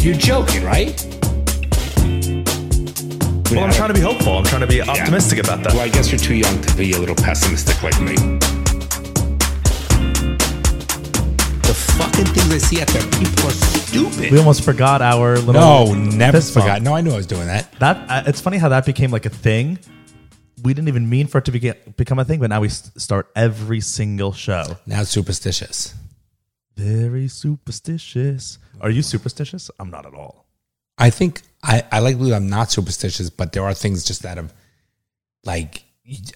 You're joking, right? Well, I'm trying to be hopeful. I'm trying to be optimistic about that. Well, I guess you're too young to be a little pessimistic like me. The fucking things I see out there, people are stupid. We almost forgot our little. No, Oh, never fist bump. forgot. No, I knew I was doing that. That uh, it's funny how that became like a thing. We didn't even mean for it to be, become a thing, but now we s- start every single show. Now it's superstitious. Very superstitious. Are you superstitious? I'm not at all. I think I, I like to believe I'm not superstitious, but there are things just out of like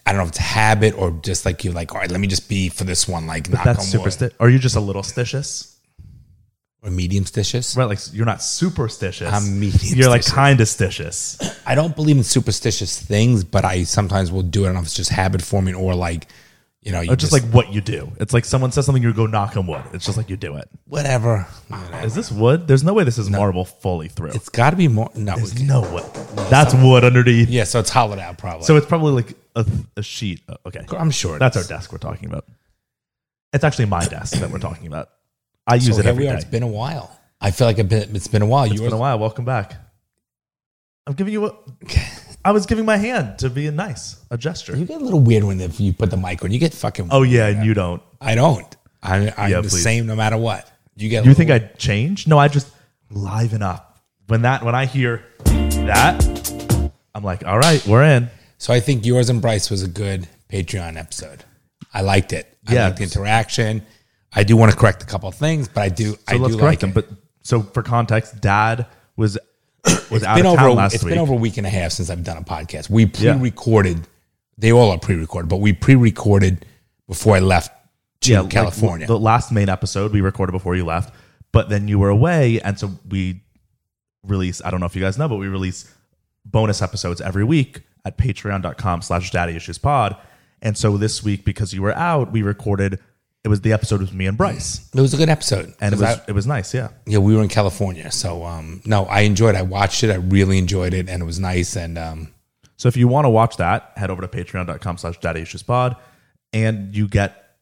I don't know if it's habit or just like you're like, all right, let me just be for this one, like knock That's Ah, on wood. superstitious. Are you just a little stitious? or medium stitious. Right, like you're not superstitious. I'm medium You're like stitious. kind of stitious. I don't believe in superstitious things, but I sometimes will do it. I don't know if it's just habit forming or like, you know, you Or just like what you do. It's like someone says something, you go knock on wood. It's just like you do it. whatever. Is this wood? There's no way this is marble fully through. It's got to be more. No, There's no way. That's wood underneath. yeah, so it's hollowed out probably. So it's probably like a, a sheet. Oh, Okay. I'm sure it That's our is. desk we're talking about. It's actually my desk that we're talking about. I use So it here every we day. are. It's been a while. I feel like I've been, it's been a while. It's You been a were while. Welcome back. I'm giving you a. I was giving my hand to be nice, a gesture. you get a little weird when if you put the mic on. You get fucking. oh yeah, and you don't. I don't. I, I'm Yeah, the please. same no matter what. You get. a You little- think I'd change? No, I just liven up. When that when I hear that, I'm like, all right, we're in. So I think yours and Bryce was a good Patreon episode. I liked it. I Yes. liked the interaction. I do want to correct a couple of things, but I do. I So let's do correct like them. it. But so for context, Dad was was out been of over town a, last it's week. been over a week and a half since I've done a podcast. We pre-recorded. They all are pre-recorded, but we pre-recorded before I left to like, California. the last main episode we recorded before you left, but then you were away, and so we release. I don't know if you guys know, but we release bonus episodes every week at Patreon.com/slash Daddy Issues Pod. And so this week, because you were out, we recorded. It was the episode with me and Bryce, it was a good episode, and it 'cause was I- it was nice. Yeah, yeah, we were in California, so um, no, I enjoyed. it. I watched it. I really enjoyed it, and it was nice. And um, So if you want to watch that, head over to patreon.com slash daddy issues pod and you get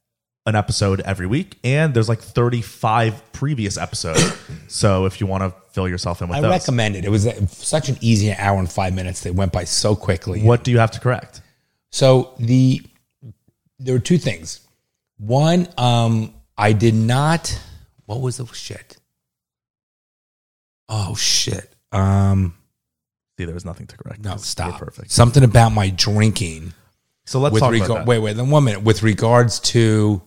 an episode every week. And there's like 35 previous episodes. so if you want to fill yourself in with I those, recommend it. It was a, such an easy hour and five minutes. They went by so quickly. what do you have to correct? So the there were two things. One, um, I did not. What was the shit? Oh shit. Um, See, there was nothing to correct. no, We're stop. Perfect. Something about my drinking. So let's with talk regard. about that. Wait, wait. Then one minute. With regards to.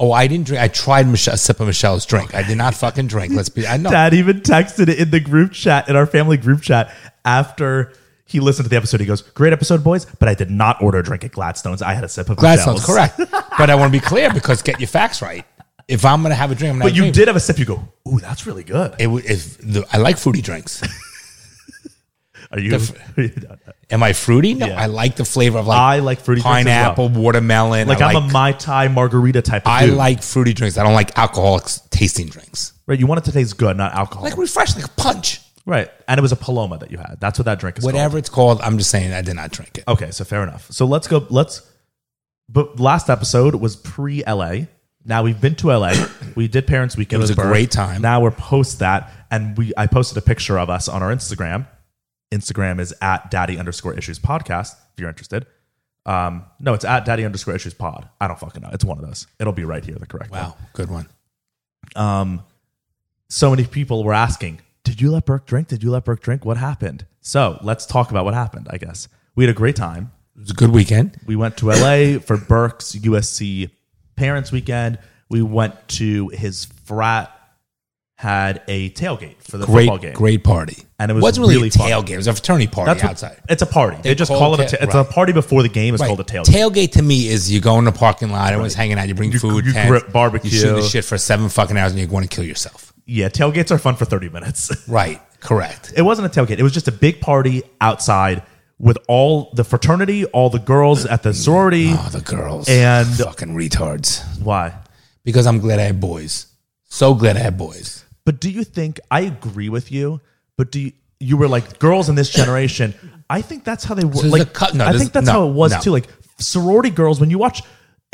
Oh, I didn't drink. I tried Mich- a sip of Michelle's drink. I did not fucking drink. Let's be. I know. Dad even texted it in the group chat, in our family group chat, after he listened to the episode. He goes, Great episode, boys, but I did not order a drink at Gladstone's. I had a sip of Gladstone's Michelle's." correct. But I want to be clear because get your facts right. If I'm going to have a drink, I'm going to have But a you drink. did have a sip. You go, Ooh, that's really good. It, would- if the, I like fruity drinks. Are you? Am I fruity? No, Yeah. I like the flavor of like I like fruity drinks as pineapple, watermelon. like I I'm like, a mai tai margarita type of I dude. like fruity drinks. I don't like alcoholic tasting drinks. right. You want it to taste good, not alcohol. Like refresh, like a punch, right. And it was a Paloma that you had. That's what that drink is. whatever it's called. I'm just saying I did not drink it. Called. Okay, so fair enough. So let's go. Let's. But last episode was pre LA. Now we've been to LA. we did Parents Weekend. It was a great time. Now we're post that, and we I posted a picture of us on our Instagram. Instagram is at daddy underscore issues podcast. If you're interested. Um, no, it's at daddy underscore issues pod. I don't fucking know. It's one of those. It'll be right here, the correct one. Wow, good one. so many people were asking, Did you let Burke drink? Did you let Burke drink? What happened? So let's talk about what happened, I guess. We had a great time. It was a good weekend. We went to LA for Burke's USC parents weekend. We went to his frat, had a tailgate for the Great, football game. great party. And it was wasn't really, really a fun. tailgate. It was a fraternity party That's what- outside. It's a party. They, just call call it a it ta- ta- it's right. a party before the game. It's Right. called a tailgate. Tailgate to me is you go in the parking lot, everyone's hanging out, you bring You- food, you tents, grip barbecue. you shoot the shit for seven fucking hours, and you're going to kill yourself. yeah, tailgates are fun for 30 minutes. Right? Correct. it wasn't a tailgate. It was just a big party outside with all the fraternity, all the girls at the sorority. Oh, the girls And- fucking retards. Why? because I'm glad I had boys. So glad I had boys. But do you think I agree with you? But do you, you were like girls in this generation? I think that's how they were. there's like a cut- no, I there's- think that's no, how it was no. too. Like sorority girls, when you watch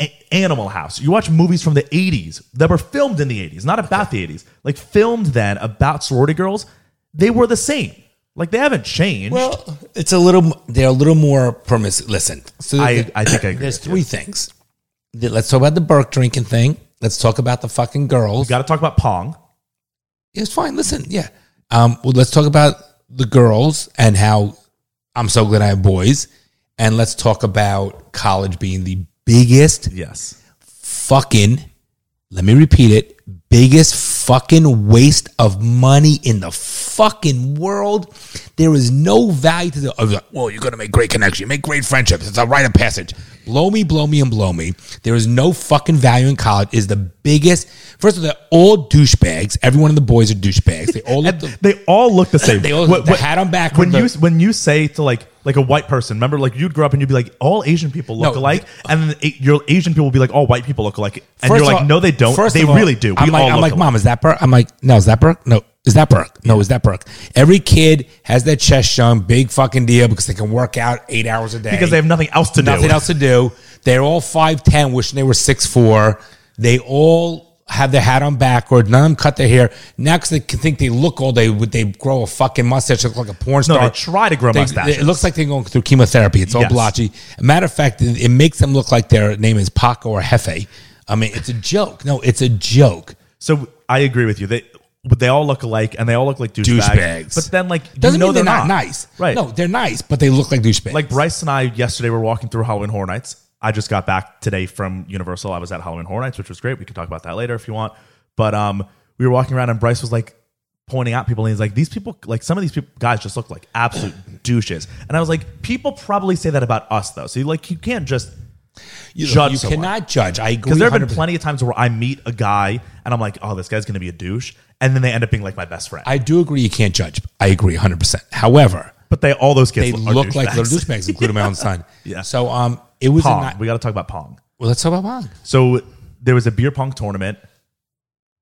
A- Animal House. You watch movies from the 80s that were filmed in the 80s, not about the 80s, like filmed then about sorority girls. They were the same. Like they haven't changed. Well, it's a little. They're a little more permissive. Listen, so I, I think I agree. there's three things. Th- Let's talk about the Burke drinking thing. Let's talk about the fucking girls. Got to talk about Pong. It's fine. Listen, yeah. Um, well, let's talk about the girls and how I'm so glad I have boys. And let's talk about college being the biggest Yes. fucking, let me repeat it, biggest fucking waste of money in the fucking world. There is no value to the. I was like, well, you're going to make great connections. You make great friendships. It's a rite of passage. Blow me, blow me, and blow me. There is no fucking value in college. Is the biggest. First of all, they're all douchebags. Every one of the boys are douchebags. They all look. the, They all look the same. They all- the hat on back When with you the- when you say to like like a white person, remember like you'd grow up and you'd be like all Asian people look No, alike, and then a- your Asian people will be like all white people look alike, First and you're of like all- no they don't. first They of all, really do. We I'm like, all I'm look like, alike. mom, is that Burke? I'm like, no, is that Burke? No, is that Burke? No, is that Burke? Every kid has their chest shown, big fucking deal, because they can work out eight hours a day because they have nothing else to nothing do. else to do. They're all five ten, wishing they were six four. They all have their hat on backward. None of them cut their hair now because they can think they look all day. Would they grow a fucking mustache? Look like a porn No, star. they try to grow They- mustaches. It looks like they're going through chemotherapy. It's all Yes. blotchy. Matter of fact, it, it makes them look like their name is Paco or Hefe. I mean, it's a joke. No, it's a joke. So I agree with you. They but they all look alike, and they all look like douchebags. Douchebags. But then like you Doesn't know mean they're, not, nice, right? No, they're nice, but they look like douchebags. like Bryce and I yesterday were walking through Halloween Horror Nights. I just got back today from Universal. I was at Halloween Horror Nights, which was great. We can talk about that later if you want. But um, we were walking around and Bryce was like pointing out people, and he's like, "These people, like some of these people, guys, just look like absolute douches." And I was like, "People probably say that about us, though. So like, you can't just you, judge you someone. cannot judge. I agree. because there have been 100%. plenty of times where I meet a guy and I'm like, "Oh, this guy's gonna be a douche," and then they end up being like my best friend. I do agree. You can't judge. I agree 100. percent However. but they all those kids they are look like douchebags. little douchebags, including my own son. Yeah. So um, it was a Pong. night. we got to talk about Pong. Well, let's talk about Pong. So there was a beer pong tournament.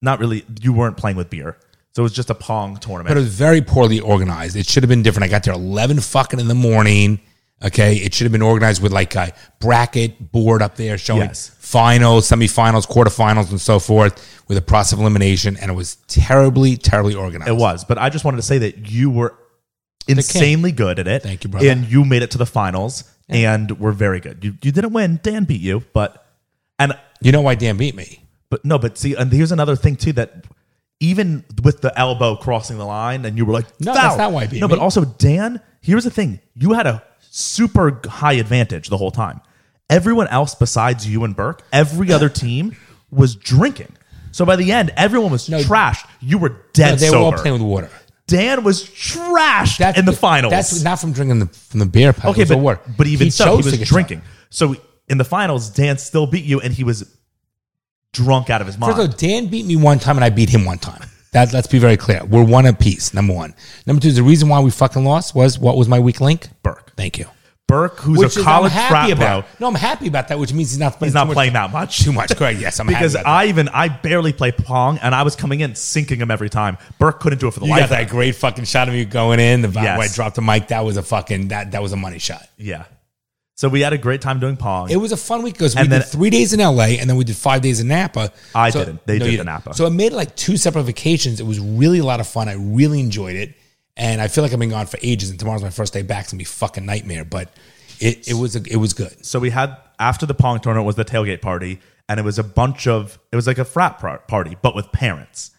Not really. You weren't playing with beer, so it was just a pong But it tournament. was very poorly organized. It should have been different. I got there eleven fucking in the morning. Okay, it should have been organized with like a bracket board up there showing Yes. finals, semifinals, quarterfinals, and so forth, with a process of elimination, and it was terribly, terribly organized. It was. But I just wanted to say that you were insanely good at it. Thank you, brother. And you made it to the finals, and were very good. You you didn't win. Dan beat you, but and You know why Dan beat me? but no, but see, and here's another thing too that. Even with the elbow crossing the line, and you were like, No, "Foul." that's not why he beat No, but me. also Dan. Here's the thing: you had a super high advantage the whole time. Everyone else besides you and Burke, every other team was drinking. So by the end, everyone was trashed. You were dead No, they were all sober. playing with water. Dan was trashed in the finals. That's not from drinking the, from the beer pile. okay, it was the but water. but even so, he chose to was get drinking. So in the finals, Dan still beat you, and he was drunk out of his mind. First of all, Dan beat me one time and I beat him one time. That, let's be very clear. We're one apiece, number one. Number two, the reason why we fucking lost was what was my weak link? Burke. Thank you. Burke, who's Which a is- college I'm happy frat bro, about. No, I'm happy about that, which means he's not he's playing not too playing much, that much. Too much, correct. Yes, I'm Because happy about I even I barely play pong, and I was coming in sinking him every time. Burke couldn't do it for that. the You life. got of him. that great fucking shot of me going in. The vibe Yes. where I dropped the mic. That was a fucking, that, that was a money shot. Yeah. So we had a great time doing pong. It was a fun week because we And did then- three days in LA and then we did five days in Napa. I didn't. They did you the Napa. So I made like two separate vacations. It was really a lot of fun. I really enjoyed it. And I feel like I've been gone for ages and tomorrow's my first day back. It's gonna be a fucking nightmare. But it, it was a, it was good. so we had after the pong tournament was the tailgate party and it was a bunch of it was like a frat par- party but with parents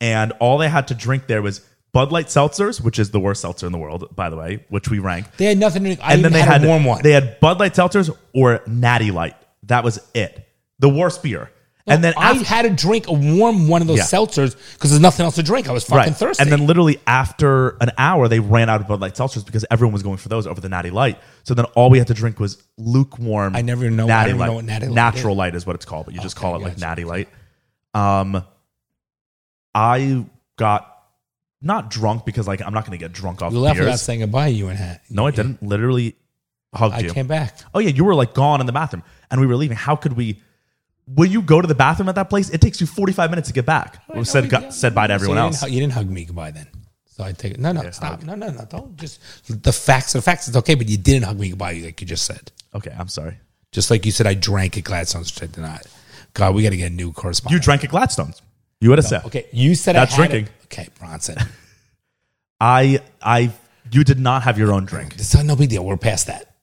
and all they had to drink there was bud light seltzers which is the worst seltzer in the world by the way which we ranked They had nothing to I and then they had, a warm one. they had bud light seltzers or natty light that was it the worst beer and then I after, had to drink a warm one of those Yeah. seltzers because there's nothing else to drink. I was fucking thirsty. And then literally after an hour, they ran out of Bud Light seltzers because everyone was going for those over the Natty Light. So then all we had to drink was lukewarm. I never even know- I Natty don't even Light. know what Natty Light Natural Light is what it's called, but you just Okay, call it like gotcha. Natty Light. Um, I got not drunk because like I'm not going to get drunk off you left without beers. saying goodbye, you and Hat. no, I didn't. Literally hugged I you. came back. Oh yeah, you were like gone in the bathroom, and we were leaving. How could we? Will you go to the bathroom at that place? It takes you 45 minutes to get back. Oh, We said got, said bye to So everyone you else. Didn't, hu- you didn't hug me goodbye then. So I take it. No, no, stop. No, no, no. Don't just the facts are the facts. It's okay, but you didn't hug me goodbye, like you just said. Okay, I'm sorry. Just like you said, I drank at Gladstone's, which I did not. God, we got to get a new correspondent. You drank at Gladstone's. You had a sip. Okay, you said That's I had drinking. It. Okay, Bronson. I, I, you did not have your own drink, It's not no big deal. We're past that.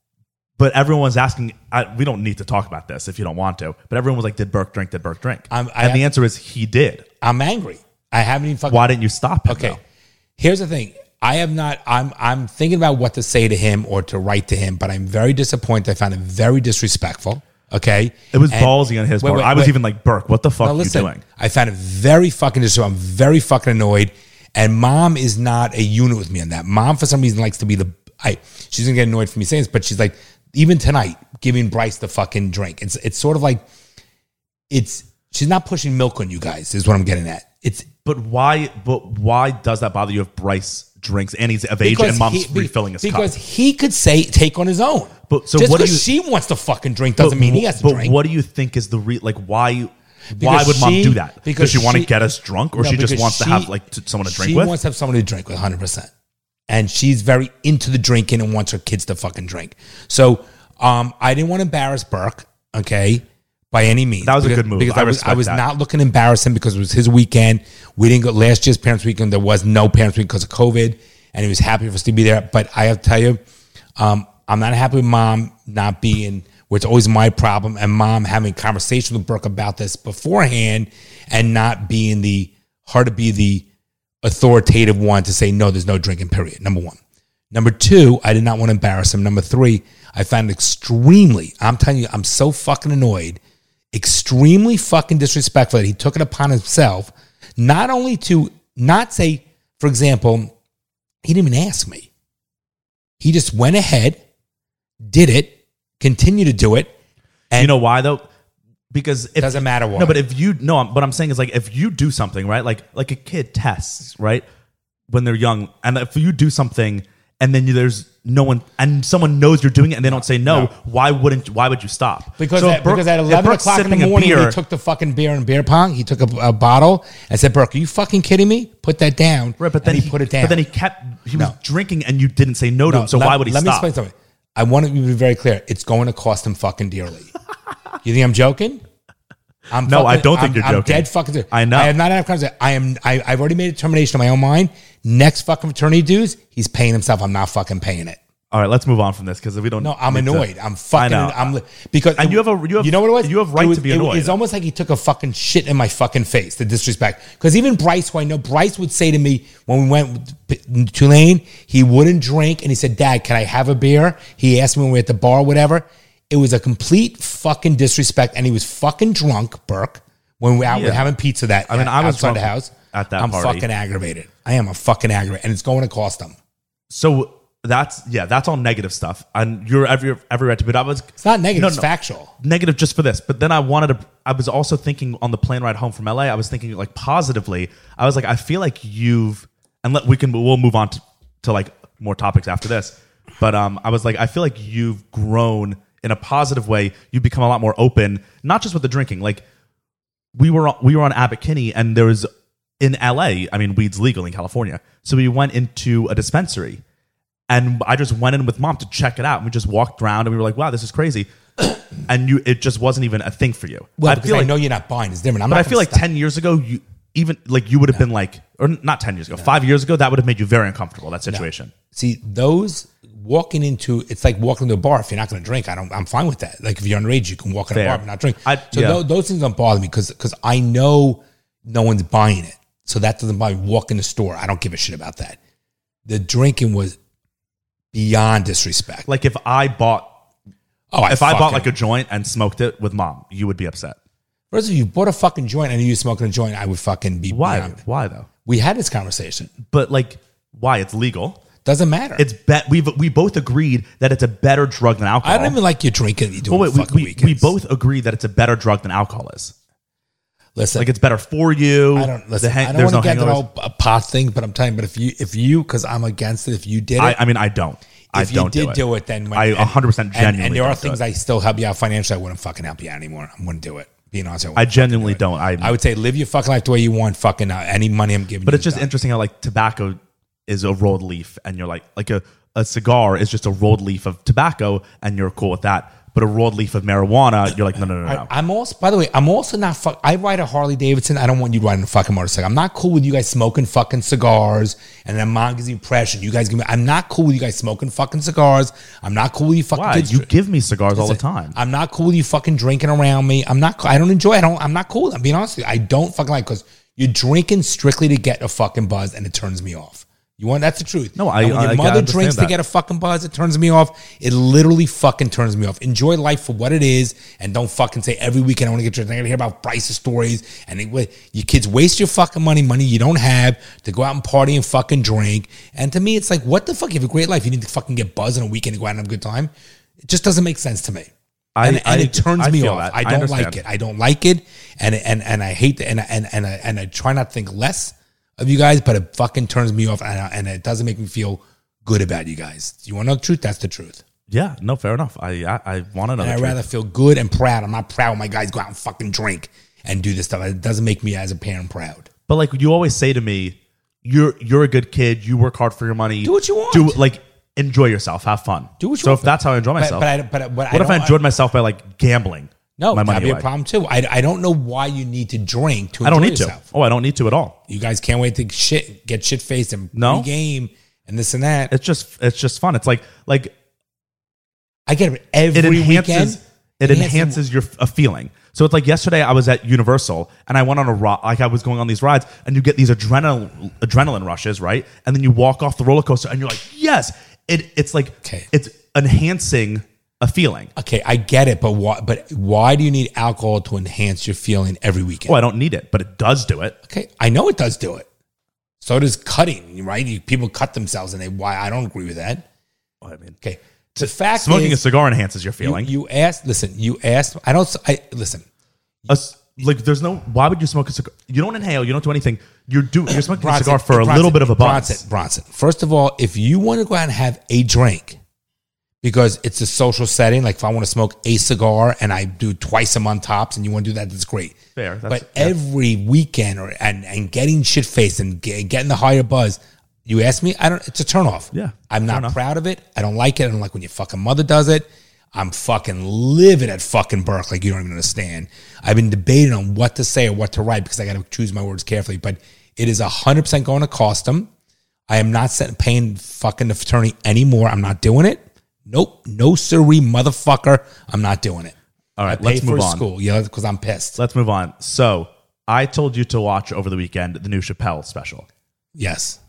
but everyone's asking. I, we don't need to talk about this if you don't want to. But everyone was like, "Did Burke drink? Did Burke drink?" I'm- I and the have- answer is he did. I'm angry. I haven't even fucking. Why didn't you stop him? Okay. though? Here's the thing. I have not. I'm. I'm thinking about what to say to him or to write to him, but I'm very disappointed. I found it very disrespectful. Okay. It was And- ballsy on his Wait, part. wait, I was wait. even like, Burke, what the fuck Now, are you listen, doing? I found it very fucking disrespectful. I'm very fucking annoyed. And mom is not a unit with me on that. Mom, for some reason, likes to be the. I she's gonna get annoyed for me saying this, but she's like, even tonight, giving Bryce the fucking drink. It's it's sort of like, it's she's not pushing milk on you guys. Is what I'm getting at. It's But why? But why does that bother you if Bryce drinks and he's of age and mom's he- be- refilling his because cup? he could say take on his own. But- so just what do 'cause you- she wants to fucking drink doesn't mean he has to but drink. what do you think is the re- like? Why? why Because would mom she- do because that? Because she, want to she- get us drunk, or No, she just because wants to she- have like t- someone to drink she with? wants to have somebody to drink with 100%. And she's very into the drinking and wants her kids to fucking drink. So um, I didn't want to embarrass Burke, okay, by any means. That was a Because- good move. Because I I, was, I respect was that. not looking to embarrass him because it was his weekend. We didn't go last year's parents' weekend. There was no parents' weekend because of COVID. And he was happy for us to be there. But I have to tell you, um, I'm not happy with mom not being where it's always my problem and mom having conversation with Brooke about this beforehand and not being the hard to be the authoritative one to say no, there's no drinking period. Number one. Number two, I did not want to embarrass him. Number three, I found extremely, I'm telling you, I'm so fucking annoyed, extremely fucking disrespectful that he took it upon himself not only to not say, for example, he didn't even ask me. He just went ahead, did it, continued to do it. And you know why though? Because it Doesn't matter why. No, but if you no, I'm- what I'm saying is like if you do something right, like like a kid tests right when they're young, and if you do something and then you, there's no one and someone knows you're doing it and they don't say no, why wouldn't why would you stop? Because, So if at, Brooke- because at if 11 Brooke's o'clock in sipping the a morning, beer- he took the fucking beer and beer pong. He took a, a bottle and said, Burke, are you fucking kidding me? Put that down. right, but then and he, he, put it down. But then he kept he was No. drinking and you didn't say no, to him. So let- why would he let stop? me explain something. I want to be very clear. It's going to cost him fucking dearly. you think I'm joking? I'm No, I don't think I'm- you're I'm joking. dead fucking serious. I know. I have not had a conversation. I am. I, I've already made a determination in my own mind. Next fucking fraternity dues, he's paying himself. I'm not fucking paying it. All right, let's move on from this because we don't. No, I'm need to- annoyed. I'm fucking. I know. I'm li- because And you have a- you have- know what it was. you have It right was- to be it- annoyed. It's almost like he took a fucking shit in my fucking face. The disrespect. Because even Bryce, who I know, Bryce would say to me when we went with P- Tulane, he wouldn't drink, and he said, "Dad, can I have a beer?" He asked me when we were at the bar, whatever. It was a complete fucking disrespect, and he was fucking drunk, Burke, when we were out we were Yeah. having pizza that I mean, I was outside the drunk house at that I'm party. fucking aggravated. I am a fucking aggravated, and it's going to cost him. So that's yeah, that's all negative stuff, and you're every every right to. But I was It's not negative; it's factual. negative just for this. But then I wanted to. I was also thinking on the plane ride home from LA. I was thinking like positively. I was like, I feel like you've and let we can we'll move on to, to like more topics after this. But um, I was like, I feel like you've grown in a positive way. You've become a lot more open, not just with the drinking. Like we were on, we were on Abbot Kinney, and there was in LA. I mean, weed's legal in California, so we went into a dispensary. And I just went in with mom to check it out, and we just walked around, and we were like, "Wow, this is crazy." and you it just wasn't even a thing for you. Well, I because feel I like, know you're not buying. It's different. I'm but not I gonna feel like stop. ten years ago, you even like you would have been like, or n- not ten years ago, five years ago, that would have made you very uncomfortable. That situation. See, those walking into it's like walking to a bar. If you're not going to drink, I don't. I'm fine with that. Like if you're underage, you can walk in a Fair. bar but not drink. I- so yeah. tho- those things don't bother me because I know no one's buying it. So that doesn't bother me. Walk in the store, I don't give a shit about that. The drinking was beyond disrespect. Like if I bought, oh, I if I fucking- bought like a joint and smoked it with mom, you would be upset. first of all, you bought a fucking joint and you were smoking a joint, I would fucking be Why? beyond- Why though? We had this conversation. But like, why? It's legal. Doesn't matter. It's bet. We've we both agreed that it's a better drug than alcohol. I don't even like you drinking. You do Well, on wait, we, fucking we, we weekends. both agree that it's a better drug than alcohol is. listen. Like it's better for you. I don't listen. The hang- I don't there's want to no get that hangovers. whole uh, pot thing, but I'm telling you, but if you, if you, because I'm against it. If you did it, I, I mean, I don't. I if you don't did do it. then I and- 100% and, genuinely and there are don't do things it. I still help you out financially. I wouldn't fucking help you out anymore. I'm going to do it. Being honest, I, I wouldn't. genuinely don't. I, I would say live your fucking life the way you want. Fucking uh, any money I'm giving, but you it's just is done. interesting how like tobacco is a rolled leaf, and you're like like a, a cigar is just a rolled leaf of tobacco, and you're cool with that. But a rolled leaf of marijuana, you're like, no, no, no, no. I, am also. By the way, I'm also not. Fuck, I ride a Harley Davidson. I don't want you riding a fucking motorcycle. I'm not cool with you guys smoking fucking cigars. And then mom gives you pressure. You guys give me. I'm not cool with you guys smoking fucking cigars. I'm not cool with you fucking Why? kids. You give me cigars all the time. I'm not cool with you fucking drinking around me. I'm not. cool- I don't enjoy. I don't. I'm not cool. I'm being honest with you. I don't fucking like because you're drinking strictly to get a fucking buzz, and it turns me off. You want that's the truth. No, I- And when I- your I mother understand drinks to that. get a fucking buzz, it turns me off. It literally fucking turns me off. Enjoy life for what it is, and don't fucking say every weekend I want to get drunk. I gotta hear about Bryce's stories, and it, wa- your kids waste your fucking money, money you don't have to go out and party and fucking drink. And to me, it's like, what the fuck? You have a great life. You need to fucking get buzzed on a weekend and go out and have a good time. It just doesn't make sense to me I- and, and I- it turns I me feel off. that. I I don't like understand. it. I don't like it, and and and I hate that. And I- and and I, and I try not to think less of you guys, but it fucking turns me off, and, I- and it doesn't make me feel good about you guys. You want to know the truth? That's the truth. yeah, no, fair enough. I I, I want to know. And the I truth. rather feel good and proud. I'm not proud when my guys go out and fucking drink and do this stuff. It doesn't make me as a parent proud. But like you always say to me, you're you're a good kid. You work hard for your money. Do what you want. Do like enjoy yourself. Have fun. Do what you so want. if that's how I enjoy But myself, but I but, but what I if I don't- enjoyed myself by like gambling? No, my that'd money be away? a problem too. I, I don't know why you need to drink to. I don't enjoy need yourself. to. Oh, I don't need to at all. You guys can't wait to shit get shit faced and No. game and this and that. It's just it's just fun. It's like like I get it every it enhances weekend. it enhances- enhances your f- a feeling. So it's like yesterday I was at Universal and I went on a ro like I was going on these rides and you get these adrenaline adrenaline rushes, right? And then you walk off the roller coaster and you're like, yes, it it's like Okay. it's enhancing a feeling. Okay, I get it, but why? But why do you need alcohol to enhance your feeling every weekend? Oh, I don't need it, but it does do it. Okay, I know it does do it. So does cutting, right? You, people cut themselves, and they why? I don't agree with that. I mean, Okay, the fact smoking a is, cigar enhances your you- feeling. you, asked. Listen, you asked. I don't. s- I listen. A s- like, there's no. Why would you smoke a cigar? You don't inhale. You don't do anything. You're do. You're smoking a cigar for a little bit of a buzz. Bronson, Bronson. First of all, if you want to go out and have a drink, because it's a social setting, like if I want to smoke a cigar and I do twice a month tops, and you want to do that, that's great. Fair, that's- but yeah. every weekend or and and getting shit faced and ge- getting the higher buzz. You ask me, I don't. It's a turn off. Yeah, I'm not enough. proud of it. I don't like it. I don't like when your fucking mother does it. I'm fucking livid at fucking Burke. Like you don't even understand. I've been debating on what to say or what to write because I got to choose my words carefully. But it is 100% going to cost them. I am not set, paying fucking the fraternity anymore. I'm not doing it. Nope. No siree, motherfucker. I'm not doing it. All right, I let's paid for move on. school. Yeah, because I'm pissed. Let's move on. So I told you to watch over the weekend the new Chappelle special. Yes.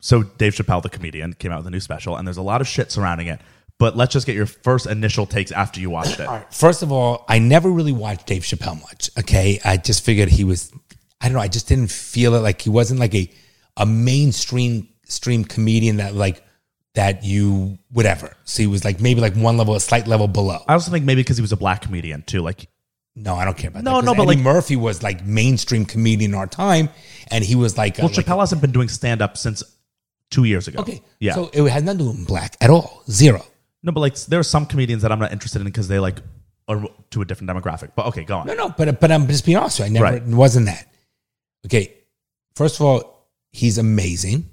So Dave Chappelle, the comedian, came out with a new special, and there's a lot of shit surrounding it. But let's just get your first initial takes after you watched it. All right. First of all, I never really watched Dave Chappelle much. Okay. I just figured he was, I don't know. I just didn't feel it. Like he wasn't like a, a mainstream stream comedian that like, that you, whatever. So he was like maybe like one level, a slight level below. I also think maybe because he was a black comedian too. Like, No, I don't care about No, that. 'cause no, but, Eddie like- Murphy was like mainstream comedian in our time. And he was like, a- well, like- Chappelle hasn't been doing stand up since two years ago. okay. yeah. So it had nothing to do with black at all. Zero. No, but like there are some comedians that I'm not interested in because they like are to a different demographic. But okay, go on. No, no, but but I'm just being honest. With you. I never Right. it wasn't that. Okay, first of all, he's amazing.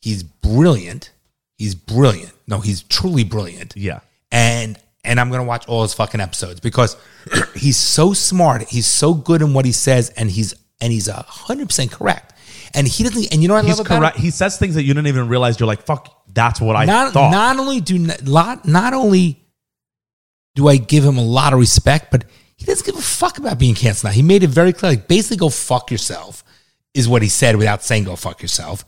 He's brilliant. He's brilliant. No, he's truly brilliant. Yeah. And and I'm gonna watch all his fucking episodes because he's so smart. He's so good in what he says, and he's and he's hundred percent correct. And he doesn't. And you know what I He's love about him? correct. He says things that you didn't even realize. You're like, fuck, that's what I not, thought. Not only do not, lot- not only do I give him a lot of respect, but he doesn't give a fuck about being canceled. Now he made it very clear, like basically go fuck yourself is what he said without saying go fuck yourself.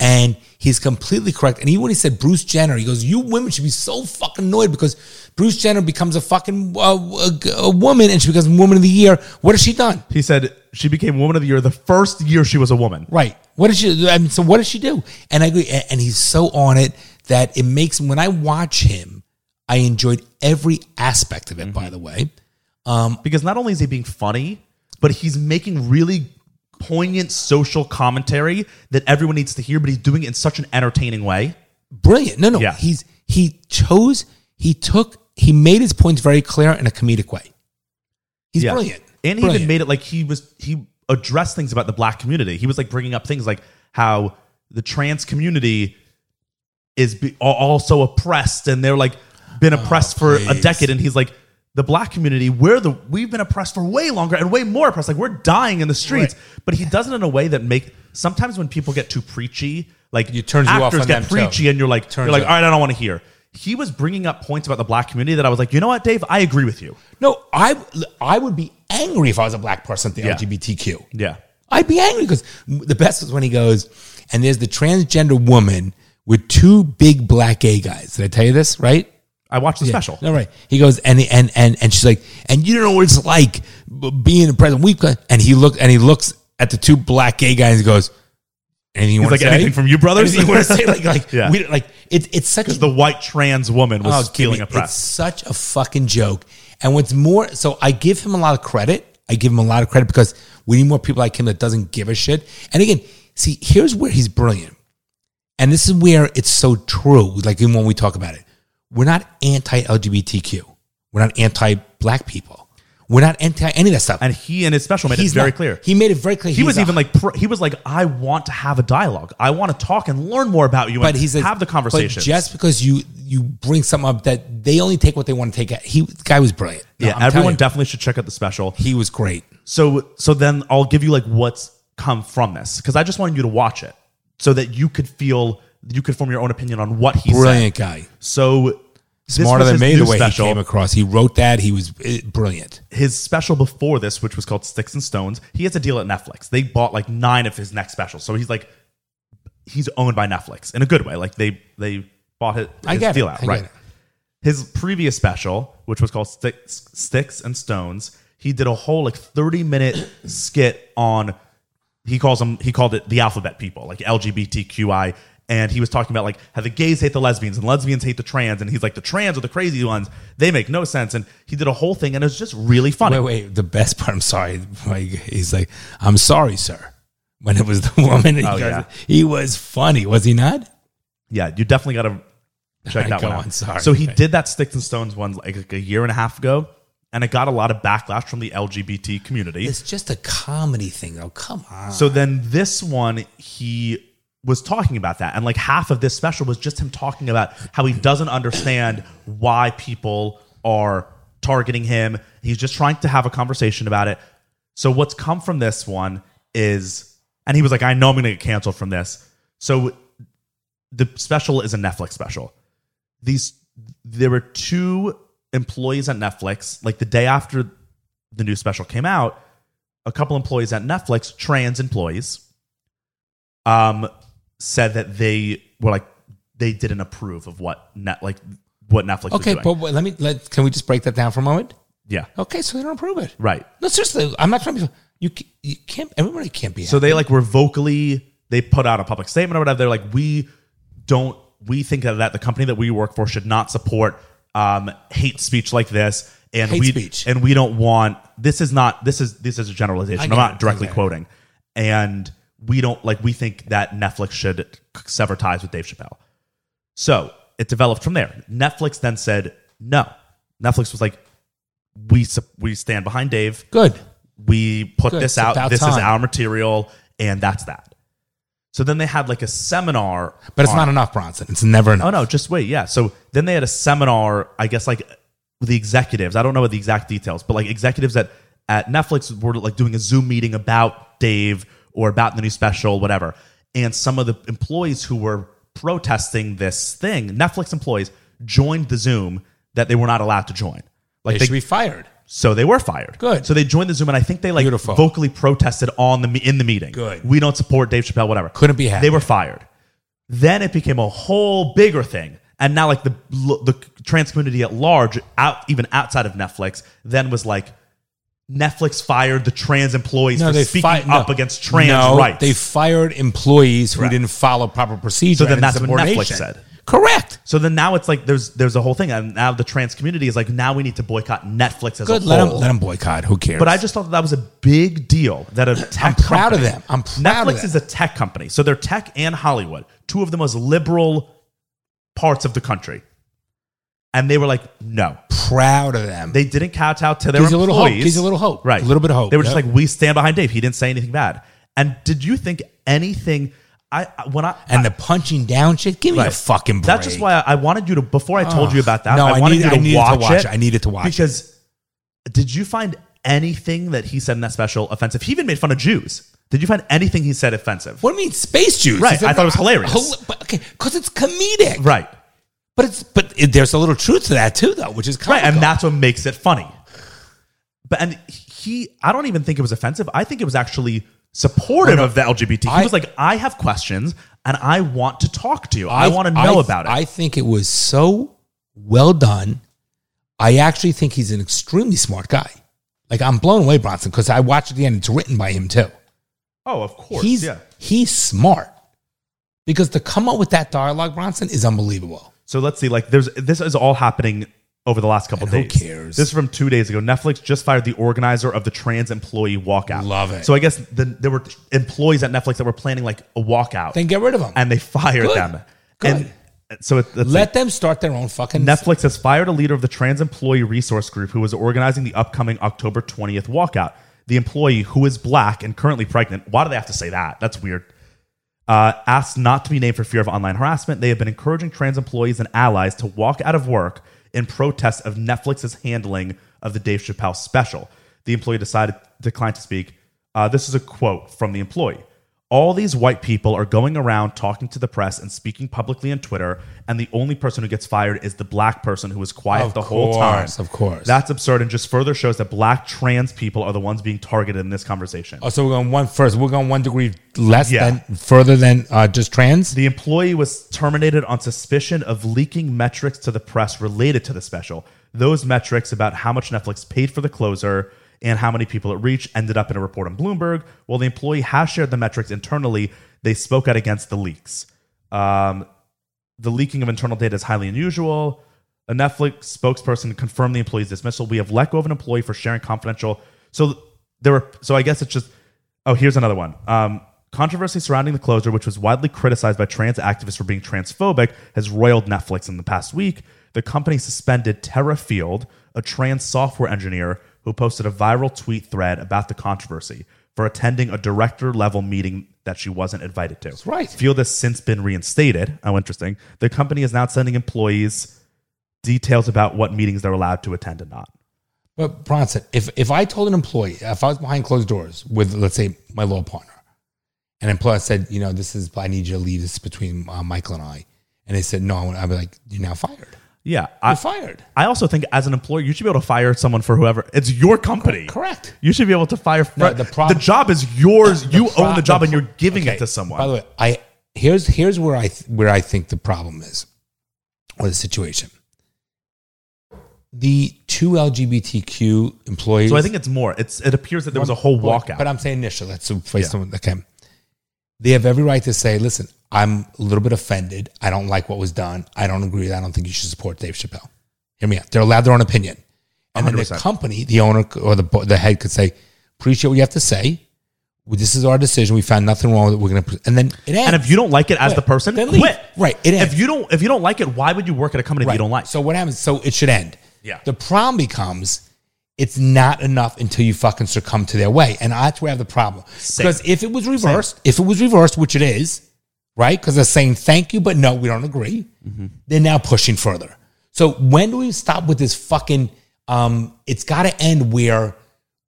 And he's completely correct. And even when he said Bruce Jenner, he goes, "You women should be so fucking annoyed because Bruce Jenner becomes a fucking uh, a, a woman and she becomes Woman of the Year. What has she done? he said she became woman of the year the first year she was a woman. Right. What did she? I mean, so what does she do? And I agree. And, and he's so on it that it makes when I watch him, I enjoyed every aspect of it. Mm-hmm. By the way, Because not only is he being funny, but he's making really poignant social commentary that everyone needs to hear, but he's doing it in such an entertaining way. brilliant. No, no. Yeah. He's he chose. He took. He made his points very clear in a comedic way. He's Yeah. brilliant. And he brilliant. even made it like he was he addressed things about the black community. He was like bringing up things like how the trans community is be, are also oppressed, and they're like been oppressed for a Oh, please. decade, and he's like, the black community, we're the we've been oppressed for way longer and way more oppressed. Like we're dying in the streets. But he does it in a way that make sometimes when people get too preachy, like You- turns you off actors on get them, too. preachy, and you're like, Turns you're like, it- all right, I don't want to hear. He was bringing up points about the black community that I was like, you know what, Dave, I agree with you. No, I I would be angry if I was a black person at the LGBTQ. Yeah, I'd be angry because the best is when he goes, and there's the transgender woman with two big black gay guys. Did I tell you this? Right? I watched the special. No, right. He goes, and and and and she's like, and you don't know what it's like b- being a president. We and he looked and he looks at the two black gay guys and goes, anything you want like, to say? "Anything from you, brothers?" Anything you want to say? Like like Yeah. we, like it, it's such The white trans woman Oh, was feeling Jimmy, It's oppressed. such a fucking joke. And what's more, so I give him a lot of credit. I give him a lot of credit because we need more people like him that doesn't give a shit. And again, see, here's where he's brilliant. And this is where it's so true. Like even when we talk about it, we're not anti LGBTQ. We're not anti black people. We're not anti any of that stuff. And he and his special made He's it very not- clear. He made it very clear. he was he's a- even like pr- he was like I want to have a dialogue. I want to talk and learn more about you. but and he's a, have the conversation. But just because you you bring something up that they only take what they want to take. He the guy was brilliant. No, yeah, I'm telling everyone you, definitely should check out the special. he was great. So so then I'll give you like what's come from this because I just wanted you to watch it so that you could feel you could form your own opinion on what he brilliant said. guy. So this Smarter was than his me, the new way special. he came across. He wrote that. He was eh, brilliant. his special before this, which was called Sticks and Stones, he has a deal at Netflix. They bought like nine of his next specials, so he's like he's owned by Netflix in a good way. Like they they bought his, I his get deal it. out I get right. it. His previous special, which was called Sticks, Sticks and Stones, he did a whole like thirty minute skit on. He calls them. He called it the alphabet people, like LGBTQI, and he was talking about like how the gays hate the lesbians and lesbians hate the trans, and he's like the trans are the crazy ones. They make no sense, and he did a whole thing, and it was just really funny. Wait, wait. The best part. I'm sorry. Like, he's like, I'm sorry, sir. When it was the woman, he, goes- Oh, yeah. he was funny, was he not? yeah, you definitely got to check Alright, that go one out. on, sorry. So he Okay. did that Sticks and Stones one like, like a year and a half ago, and it got a lot of backlash from the LGBT community. It's just a comedy thing, though. Come on. So then this one, he was talking about that, and like half of this special was just him talking about how he doesn't understand why people are targeting him. He's just trying to have a conversation about it. So what's come from this one is, and he was like, "I know I'm going to get canceled from this." So the special is a Netflix special. These there were two employees at Netflix. Like the day after the new special came out, a couple employees at Netflix, trans employees, um, said that they were like they didn't approve of what net like what Netflix okay, was but doing. wait, let me. Let, can we just break that down for a moment? yeah, Okay, so they don't approve it. right. No, seriously. I'm not trying to. Be, you ca- you can't. Everybody can't be. So they like were vocally they put out a public statement or whatever. They're like, we don't we think that, that the company that we work for should not support um, hate speech like this, and Hate we speech. and we don't want this is not this is this is a generalization. I'm get not it. directly Okay. quoting, and we don't like we think that Netflix should sever ties with Dave Chappelle. So it developed from there. Netflix then said no. Netflix was like, we sup- we stand behind Dave good. we put Good. this It's out. about This is time. our material, and that's that. So then they had like a seminar, But it's on- not enough, Bronson. It's never enough. Oh no, just wait. Yeah. So then they had a seminar. I guess like the executives. I don't know what the exact details, but like executives at at Netflix were like doing a Zoom meeting about Dave or about the new special, whatever. And some of the employees who were protesting this thing, Netflix employees, joined the Zoom that they were not allowed to join. Like they should be fired. so they were fired. Good. So they joined the Zoom, and I think they like Beautiful. vocally protested on the me- in the meeting. Good. We don't support Dave Chappelle. Whatever. Couldn't be They happier. were fired. Then it became a whole bigger thing, and now like the the trans community at large, out even outside of Netflix, then was like. Netflix fired the trans employees for speaking fi- no. up against trans No, rights. They fired employees who didn't follow proper procedure. So then and that's what Netflix insubordination. said. Correct. so then now it's like there's there's a whole thing, and now the trans community is like now we need to boycott Netflix as Good. a Let them whole. let them boycott. Who cares? But I just thought that, that was a big deal that a tech proud of company- them. I'm proud Netflix of them. is a tech company. So they're tech and Hollywood, two of the most liberal parts of the country. And they were like, no. proud of them. They didn't kowtow to their Gives you a employees. little hope. Gives you a little hope. Right. A little bit of hope. They were just Yep. like, we stand behind Dave. He didn't say anything bad. And did you think anything I when I and the punching down shit. Give me a Right. fucking break. That's just why I, I wanted you to. Before I told you about that, No, I I wanted need- I you to, needed watch, it. I needed to watch it. because did you find anything that he said in that special offensive? He even made fun of Jews. Did you find anything he said offensive? What do you mean, space juice? Right, It's like- I thought it was hilarious. Hila- but- okay, because it's comedic. Right, But it's but it, there's a little truth to that too, though, which is right, comical. and that's what makes it funny. But and he, I don't even think it was offensive. I think it was actually supportive of the LGBT. He I- was like, I have questions and I want to talk to you. I, want to know I- about it. I think it was so well done. I actually think he's an extremely smart guy. Like I'm blown away, Bronson, because I watched it at the end. It's written by him too. oh, of course, he's yeah. he's smart because to come up with that dialogue, Bronson, is unbelievable. So let's see. Like, there's this is all happening over the last couple And who days. cares? This is from two days ago. Netflix just fired the organizer of the trans employee walkout. Love it. So I guess the, there were employees at Netflix that were planning like a walkout, Then get rid of him. and they fired Good. them. Good. And so it, let's see. Let them start their own fucking. Netflix has fired a leader of the trans employee resource group who was organizing the upcoming October 20th walkout. The employee, who is black and currently pregnant, why do they have to say that? That's weird. Uh, asked not to be named for fear of online harassment, they have been encouraging trans employees and allies to walk out of work in protest of Netflix's handling of the Dave Chappelle special. The employee decided declined to speak. Uh, this is a quote from the employee. All these white people are going around talking to the press and speaking publicly on Twitter, and the only person who gets fired is the black person who was quiet Of the whole time. course, of course. That's absurd and just further shows that black trans people are the ones being targeted in this conversation. Oh, so we're going one first. We're going one degree less Yeah. than further than uh, just trans. The employee was terminated on suspicion of leaking metrics to the press related to the special. Those metrics about how much Netflix paid for the closer and how many people it reached ended up in a report on Bloomberg. While the employee has shared the metrics internally, they spoke out against the leaks. Um, the leaking of internal data is highly unusual. A Netflix spokesperson confirmed the employee's dismissal. We have let go of an employee for sharing confidential. So there were. So I guess it's just. Oh, here's another one. Um, controversy surrounding the closer, which was widely criticized by trans activists for being transphobic, has roiled Netflix in the past week. The company suspended Tara Field, a trans software engineer who posted a viral tweet thread about the controversy for attending a director level meeting that she wasn't invited to. That's right. Field has since been reinstated. Oh, interesting. The company is now sending employees details about what meetings they're allowed to attend and not. But Bronson, if if I told an employee, if I was behind closed doors with, let's say, my law partner, and employer said, you know, this is, I need you to leave this is between uh, Michael and I, and they said no, I'd be like, you're now fired. Yeah. You're I, fired. I also think as an employer, you should be able to fire someone for whoever. It's your company. Correct. You should be able to fire. No, the the, prob- job is yours. you pro- own the job, and pro- you're giving Okay, it to someone. By the way, I here's here's where I th- where I think the problem is, or the situation. The two LGBTQ employees. so I think it's more. It's it appears that there was a whole But- walkout. But I'm saying initially, let's face Yeah. someone. Okay, they have every right to say, "Listen, I'm a little bit offended. I don't like what was done. I don't agree. with that. I don't think you should support Dave Chappelle." Hear me out. They're allowed their own opinion, and then the 100%. company, the owner or the bo- the head, could say, "Appreciate what you have to say. Well, this is our decision. We found nothing wrong with it. We're going to." And then it ends. and if you don't like it as Quit. the person, Then leave. quit. Right, it ends. if you don't, if you don't like it, why would you work at a company that you don't like? So what happens? So it should end. Yeah. The problem becomes it's not enough until you fucking succumb to their way, and that's where I have the problem. Because if it was reversed, if it was reversed, which it is, right? Because they're saying thank you, but no, we don't agree. Mm-hmm. They're now pushing further. So when do we stop with this fucking? Um, it's got to end where.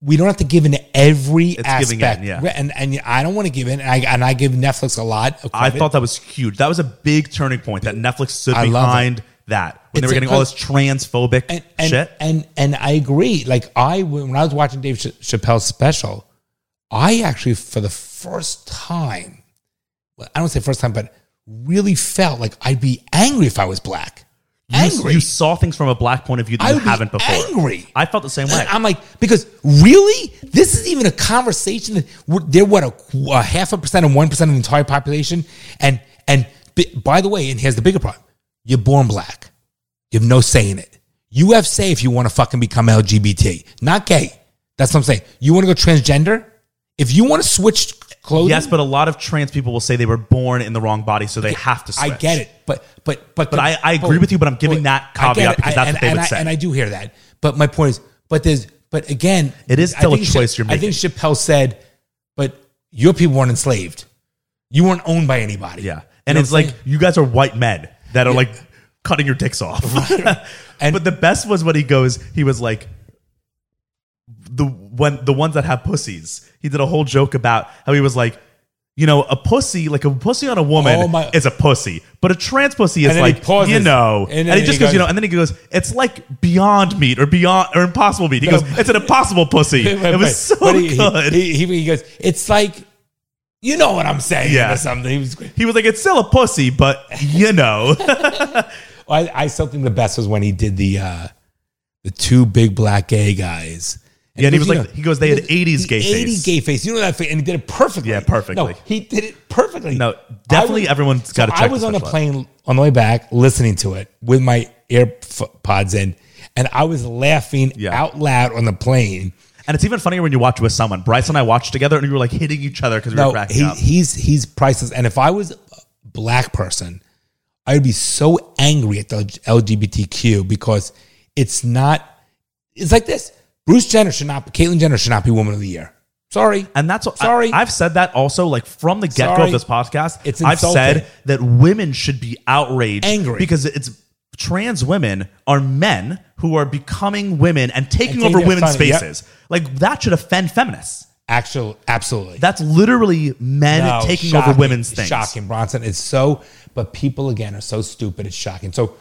We don't have to give in to every giving in, aspect, yeah. and and I don't want to give in, and I and I give Netflix a lot. Of I credit. thought that was huge. That was a big turning point that Netflix stood I love it. behind that when It's they were getting all because- this transphobic and and, shit. and and I agree. Like I when I was watching Dave Ch- Chappelle's special, I actually for the first time, well, I don't say first time, but really felt like I'd be angry if I was black. You, Angry. you saw things from a black point of view that I you would be haven't before. angry. I felt the same way. I'm like, because really, this is even a conversation that we're, they're what a, qu- a half a percent and one percent of the entire population, and and bi- by the way, and here's the bigger problem: you're born black, you have no say in it. You have say if you want to fucking become LGBT, not gay. That's what I'm saying. You want to go transgender? If you want to switch clothing, yes, but a lot of trans people will say they were born in the wrong body, so they have to. Switch. I get it, but but but But I- I agree with you, but I'm giving that I get caveat it. because I- that's and, what they and would I, say. And I do hear that, but my point is, but there's, but again, It is I still a think choice you're I think Chappelle said, but your people weren't enslaved. You weren't owned by anybody. Yeah. You And know it's what I'm like you guys are white men that are like cutting your dicks off. And- but the best was when he goes, he was like the when the ones that have pussies. He did a whole joke about how he was like you know, a pussy, like a pussy on a woman Oh my- is a pussy, but a trans pussy is And then he like, pauses. you know, And and, then he just he goes, goes- you know, and then he goes, it's like beyond meat or beyond or impossible meat. He No. goes, it's an impossible pussy. Right, it right. was so But he, he- good. He, he, he goes, it's like, you know what I'm saying, Yeah. or something. He was great. he was like, it's still a pussy, but you know. I, I still think the best was when he did the uh, the two big black gay guys. And Yeah, and he goes, was you like- he goes, they had 80s gay face. 80 gay face. You know that face, and he did it perfectly. Yeah, perfectly. No, he did it perfectly. No, definitely I was- everyone's got to check. I was this on a special out. plane on the way back listening to it with my AirPods in, and I was laughing Yeah. out loud on the plane. and it's even funnier when you watch with someone. Bryce and I watched together, and we were like hitting each other because we were No, cracking he, up. he's he's priceless. And if I was a black person, I'd be so angry at the LGBTQ because it's not. It's like this: Bruce Jenner should not, Caitlyn Jenner should not be Woman of the Year. Sorry, and that's what Sorry. I, have said that also, like from the get go Sorry. of this podcast. It's I've insulting. said that women should be outraged, Angry. because it's trans women are men who are becoming women and taking taking over their women's time, yep. spaces. Like that should offend feminists. actual, absolutely. That's literally men No, taking shocking, over women's things. Shocking, Bronson. It's so, but people again are so stupid. It's shocking. So,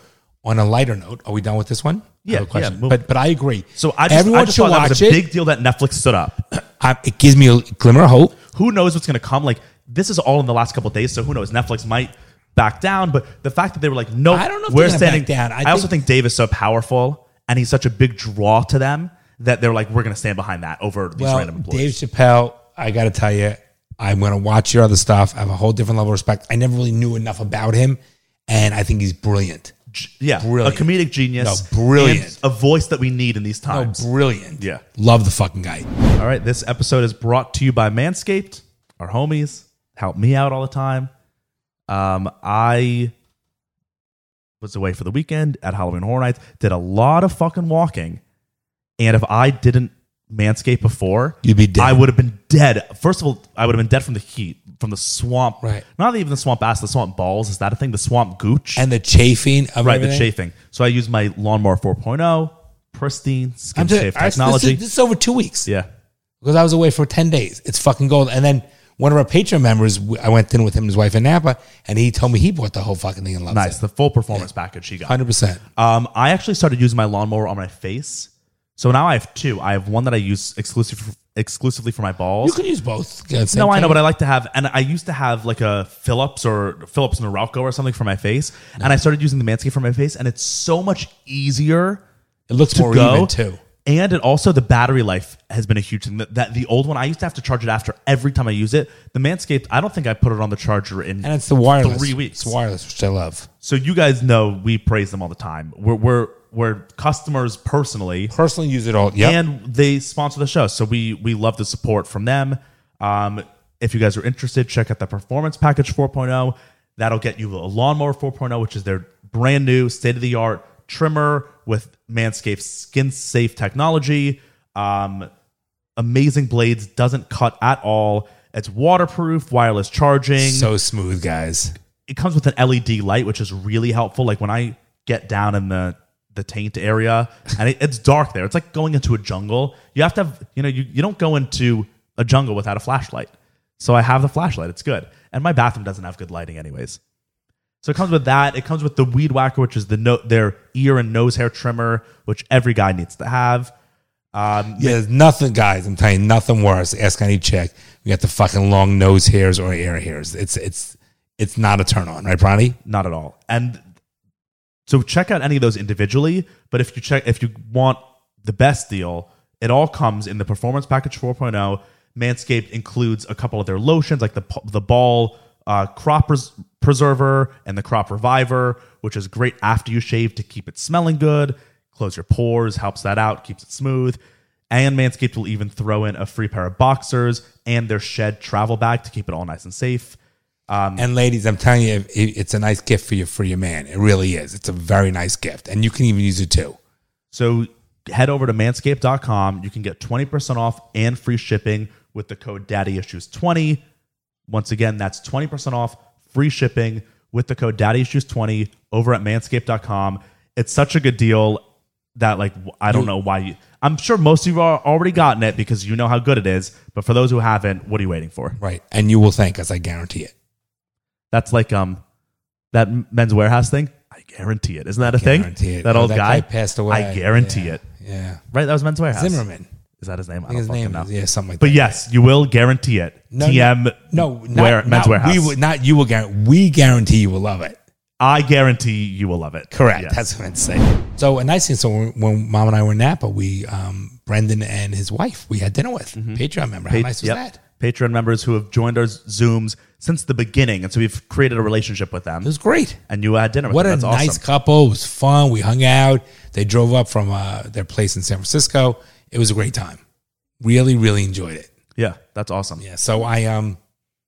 on a lighter note, are we done with this one? I Yeah, have a question. yeah, move. but but I agree. So I just, I just thought that was a big deal that Netflix stood up. I, Um, it gives me a glimmer of hope. who knows what's going to come? Like this is all in the last couple of days, so who knows? Netflix might back down, but the fact that they were like, no, I don't know if we're they're gonna standing back down. I I, also think- think Dave is so powerful and he's such a big draw to them that they're like, we're going to stand behind that over these Well, random employees. Dave Chappelle, I got to tell you, I'm going to watch your other stuff. I have a whole different level of respect. I never really knew enough about him, and I think he's brilliant. G- yeah, brilliant. a comedic genius, No, brilliant. and a voice that we need in these Oh, times. brilliant. Yeah. Love the fucking guy. all right, this episode is brought to you by Manscaped, our homies, help me out all the time. Um, I was away for the weekend at Halloween Horror Nights, did a lot of fucking walking. And if I didn't manscape before, You'd be dead. I would have been dead. First of all, I would have been dead from the heat, from the swamp. Right. Not even the swamp ass, the swamp balls. Is that a thing? The swamp gooch. And the chafing of right, everything. the chafing. So I used my lawnmower 4.0, pristine skin I'm just, safe I- this is- technology. This, is over two weeks. yeah. because I was away for 10 days. It's fucking gold. And then one of our Patreon members, w- I went in with him and his wife in Napa, and he told me he bought the whole fucking thing and loves Nice. it. The full performance package she got. 100%. Um, I actually started using my lawnmower on my face. So now I have two. I have one that I use exclusive exclusively for my balls. You can use both. at the same no, I time. know, but I like to have, and I used to have like a Phillips or Phillips Norelco or something for my face, and I started using the Manscaped for my face, and it's so much easier it looks to more go even too. And it also the battery life has been a huge thing. That, that the old one I used to have to charge it after every time I use it. The Manscaped, I don't think I put it on the charger in And it's the wireless. three weeks. It's wireless, which I love. So you guys know we praise them all the time. We're we're we're customers personally, Personally use it all. Yep. and they sponsor the show, so we we love the support from them. Um, if you guys are interested, check out the performance package 4.0. That'll get you a lawnmower 4.0, which is their brand new state of the art trimmer with Manscaped skin safe technology. Um, amazing blades, doesn't cut at all. It's waterproof, wireless charging so smooth, guys. it comes with an LED light, which is really helpful. Like when I get down in the the taint area and it, it's dark there, it's like going into a jungle. You have to have, you know, you, you don't go into a jungle without a flashlight. So I have the flashlight. It's good. And my bathroom doesn't have good lighting, anyways. So it comes with that. It comes with the weed whacker, which is the no, their ear and nose hair trimmer, which every guy needs to have. Um, Yeah, there's nothing, guys. I'm telling you, nothing worse. Ask any chick. We got the fucking long nose hairs or ear hairs. It's it's it's not a turn on, right, Bronny? not at all. And so check out any of those individually, but if you check if you want the best deal, it all comes in the performance package 4.0. Manscaped includes a couple of their lotions like the p- the ball uh, crop pres- preserver and the crop reviver, which is great after you shave to keep it smelling good, close your pores, helps that out, keeps it smooth. And Manscaped will even throw in a free pair of boxers and their shed travel bag to keep it all nice and safe. Um, And ladies, I'm telling you, it, it's a nice gift for your for your man. It really is. It's a very nice gift, and you can even use it too. So head over to manscaped.com. You can get 20% off and free shipping with the code daddyissues20. Once again, that's 20% off, free shipping with the code DaddyIssues20 over at manscaped.com. It's such a good deal that, like, w- I don't know why you. I'm sure most of you are already gotten it because you know how good it is. But for those who haven't, what are you waiting for? Right. And you will thank us. I guarantee it. That's like um that men's warehouse thing. I guarantee it. Isn't that a Guarantee thing? it. That Oh, old that guy guy passed away. I guarantee Yeah. it. Yeah. Right? That was men's warehouse. Zimmerman. Is that his name? I think I, don't his fucking name know. is. Yeah, something like But that. yes, you will guarantee it. No, TM No, not, where, men's not- warehouse. We, will- not you will guarantee. We guarantee you will love it. I guarantee you will love it. Correct. Yes. That's what I'm saying. So a nice thing. So when, when mom and I were in Napa, we um, Brendan and his wife we had dinner with Patreon member. How Mm-hmm. Pa- nice was yep. that? Patreon members who have joined our Zooms since the beginning, and so we've created a relationship with them. It was great. and you had dinner. With What a them. That's awesome. nice couple. It was fun. We hung out. They drove up from uh, their place in San Francisco. It was a great time. Really, really enjoyed it. Yeah, that's awesome. Yeah. So I um,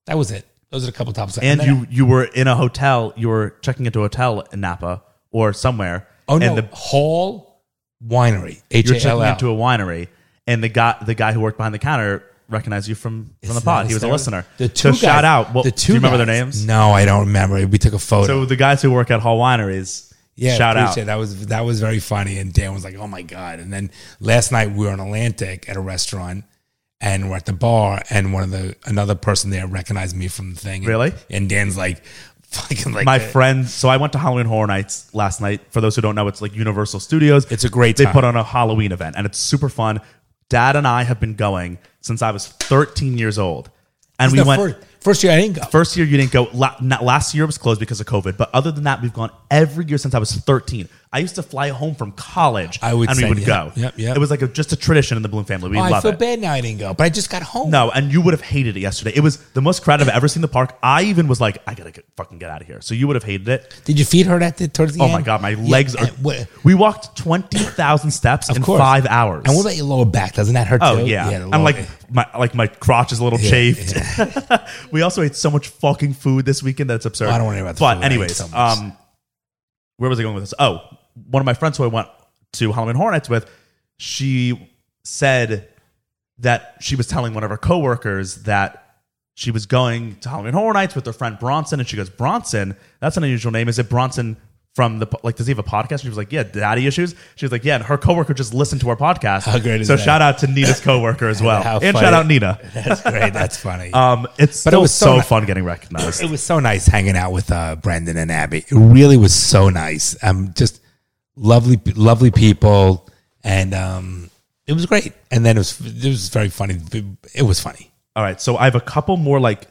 that was it. Those are a couple topics. And then you you were in a hotel. You were checking into a hotel in Napa or somewhere. Oh no, and the Hall Winery. you're checking H-A-L-L. into a winery, and the guy the guy who worked behind the counter recognized you from, from the Isn't pod. that He was a hysterical? listener. The two so guys- shout out. Well, the two do you remember their guys- names? No, I don't remember. We took a photo. So the guys who work at Hall Wineries. yeah, shout out. appreciate it. That was that was very funny. And Dan was like, "Oh my god!" And then last night we were in Atlantic at a restaurant, and we're at the bar, and one of the another person there recognized me from the thing. Really? And Dan's like, "Fucking like my that." friend. So I went to Halloween Horror Nights last night. For those who don't know, it's like Universal Studios. It's a great They time. put on a Halloween event, and it's super fun. Dad and I have been going since I was 13 years old, and we No, went. first, first year I didn't go. First year you didn't go. La- not, last year was closed because of COVID. But other than that, we've gone every year since I was 13. I used to fly home from college. I would and we say, would yeah, go. yep, yep. It was like a, just a tradition in the Bloom family. We Oh, I love feel it. bad now I didn't go, but I just got home. No, and you would have hated it yesterday. It was the most crowded I've ever seen the park. I even was like, I gotta get, fucking get out of here. So you would have hated it. Did you feed her that the, towards the Oh end? my god, my Yeah, legs are. and what- we walked twenty thousand steps in course. five hours. And what about your lower back? Doesn't that hurt? Oh too? yeah, the I'm lower- like my like my crotch is a little chafed. we also ate so much fucking food this weekend that's absurd. I don't wanna hear about the But food. I ate anyways, so much. um, where was I going with this? Oh, one of my friends who I went to Halloween Horror Nights with, she said that she was telling one of her coworkers that she was going to Halloween Horror Nights with her friend Bronson, and she goes, "Bronson, that's an unusual name. Is it Bronson?" From the po- like, does he have a podcast? She was like, "Yeah, daddy issues." She was like, "Yeah." And her coworker just listened to our podcast. How great is so that? shout out to Nita's coworker as well, How and funny. shout out Nita. that's great. That's funny. Um, it's But it still was so so ni- fun getting recognized. it was so nice hanging out with uh, Brendan and Abby. It really was so nice. Um, just lovely, lovely people, and um, it was great. And then it was it was very funny. It was funny. All right, so I have a couple more. Like,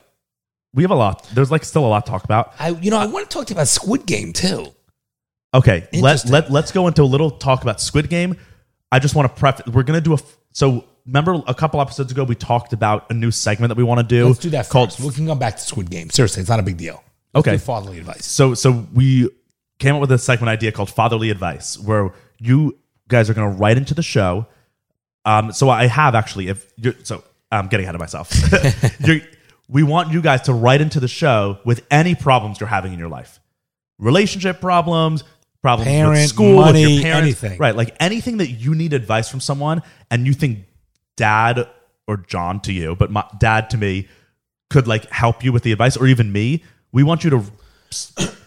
we have a lot. There's like still a lot to talk about. I you know I want to talk to you about Squid Game too. Okay, let, Interesting. let, let's go into a little talk about Squid Game. I just want to preface, we're going to do a, f- so remember a couple episodes ago, we talked about a new segment that we want to do. Let's do that. Called, First. We can come back to Squid Game. Seriously, it's not a big deal. Let's Okay. do fatherly advice. so, so we came up with a segment idea called Fatherly Advice, where you guys are going to write into the show. Um, so I have actually, if you're, so I'm getting ahead of myself. you're, we want you guys to write into the show with any problems you're having in your life. Relationship problems, problems with Parent, school, with money, your parents, anything. Right. Like anything that you need advice from someone and you think dad or John to you, but my, dad to me could like help you with the advice or even me. We want you to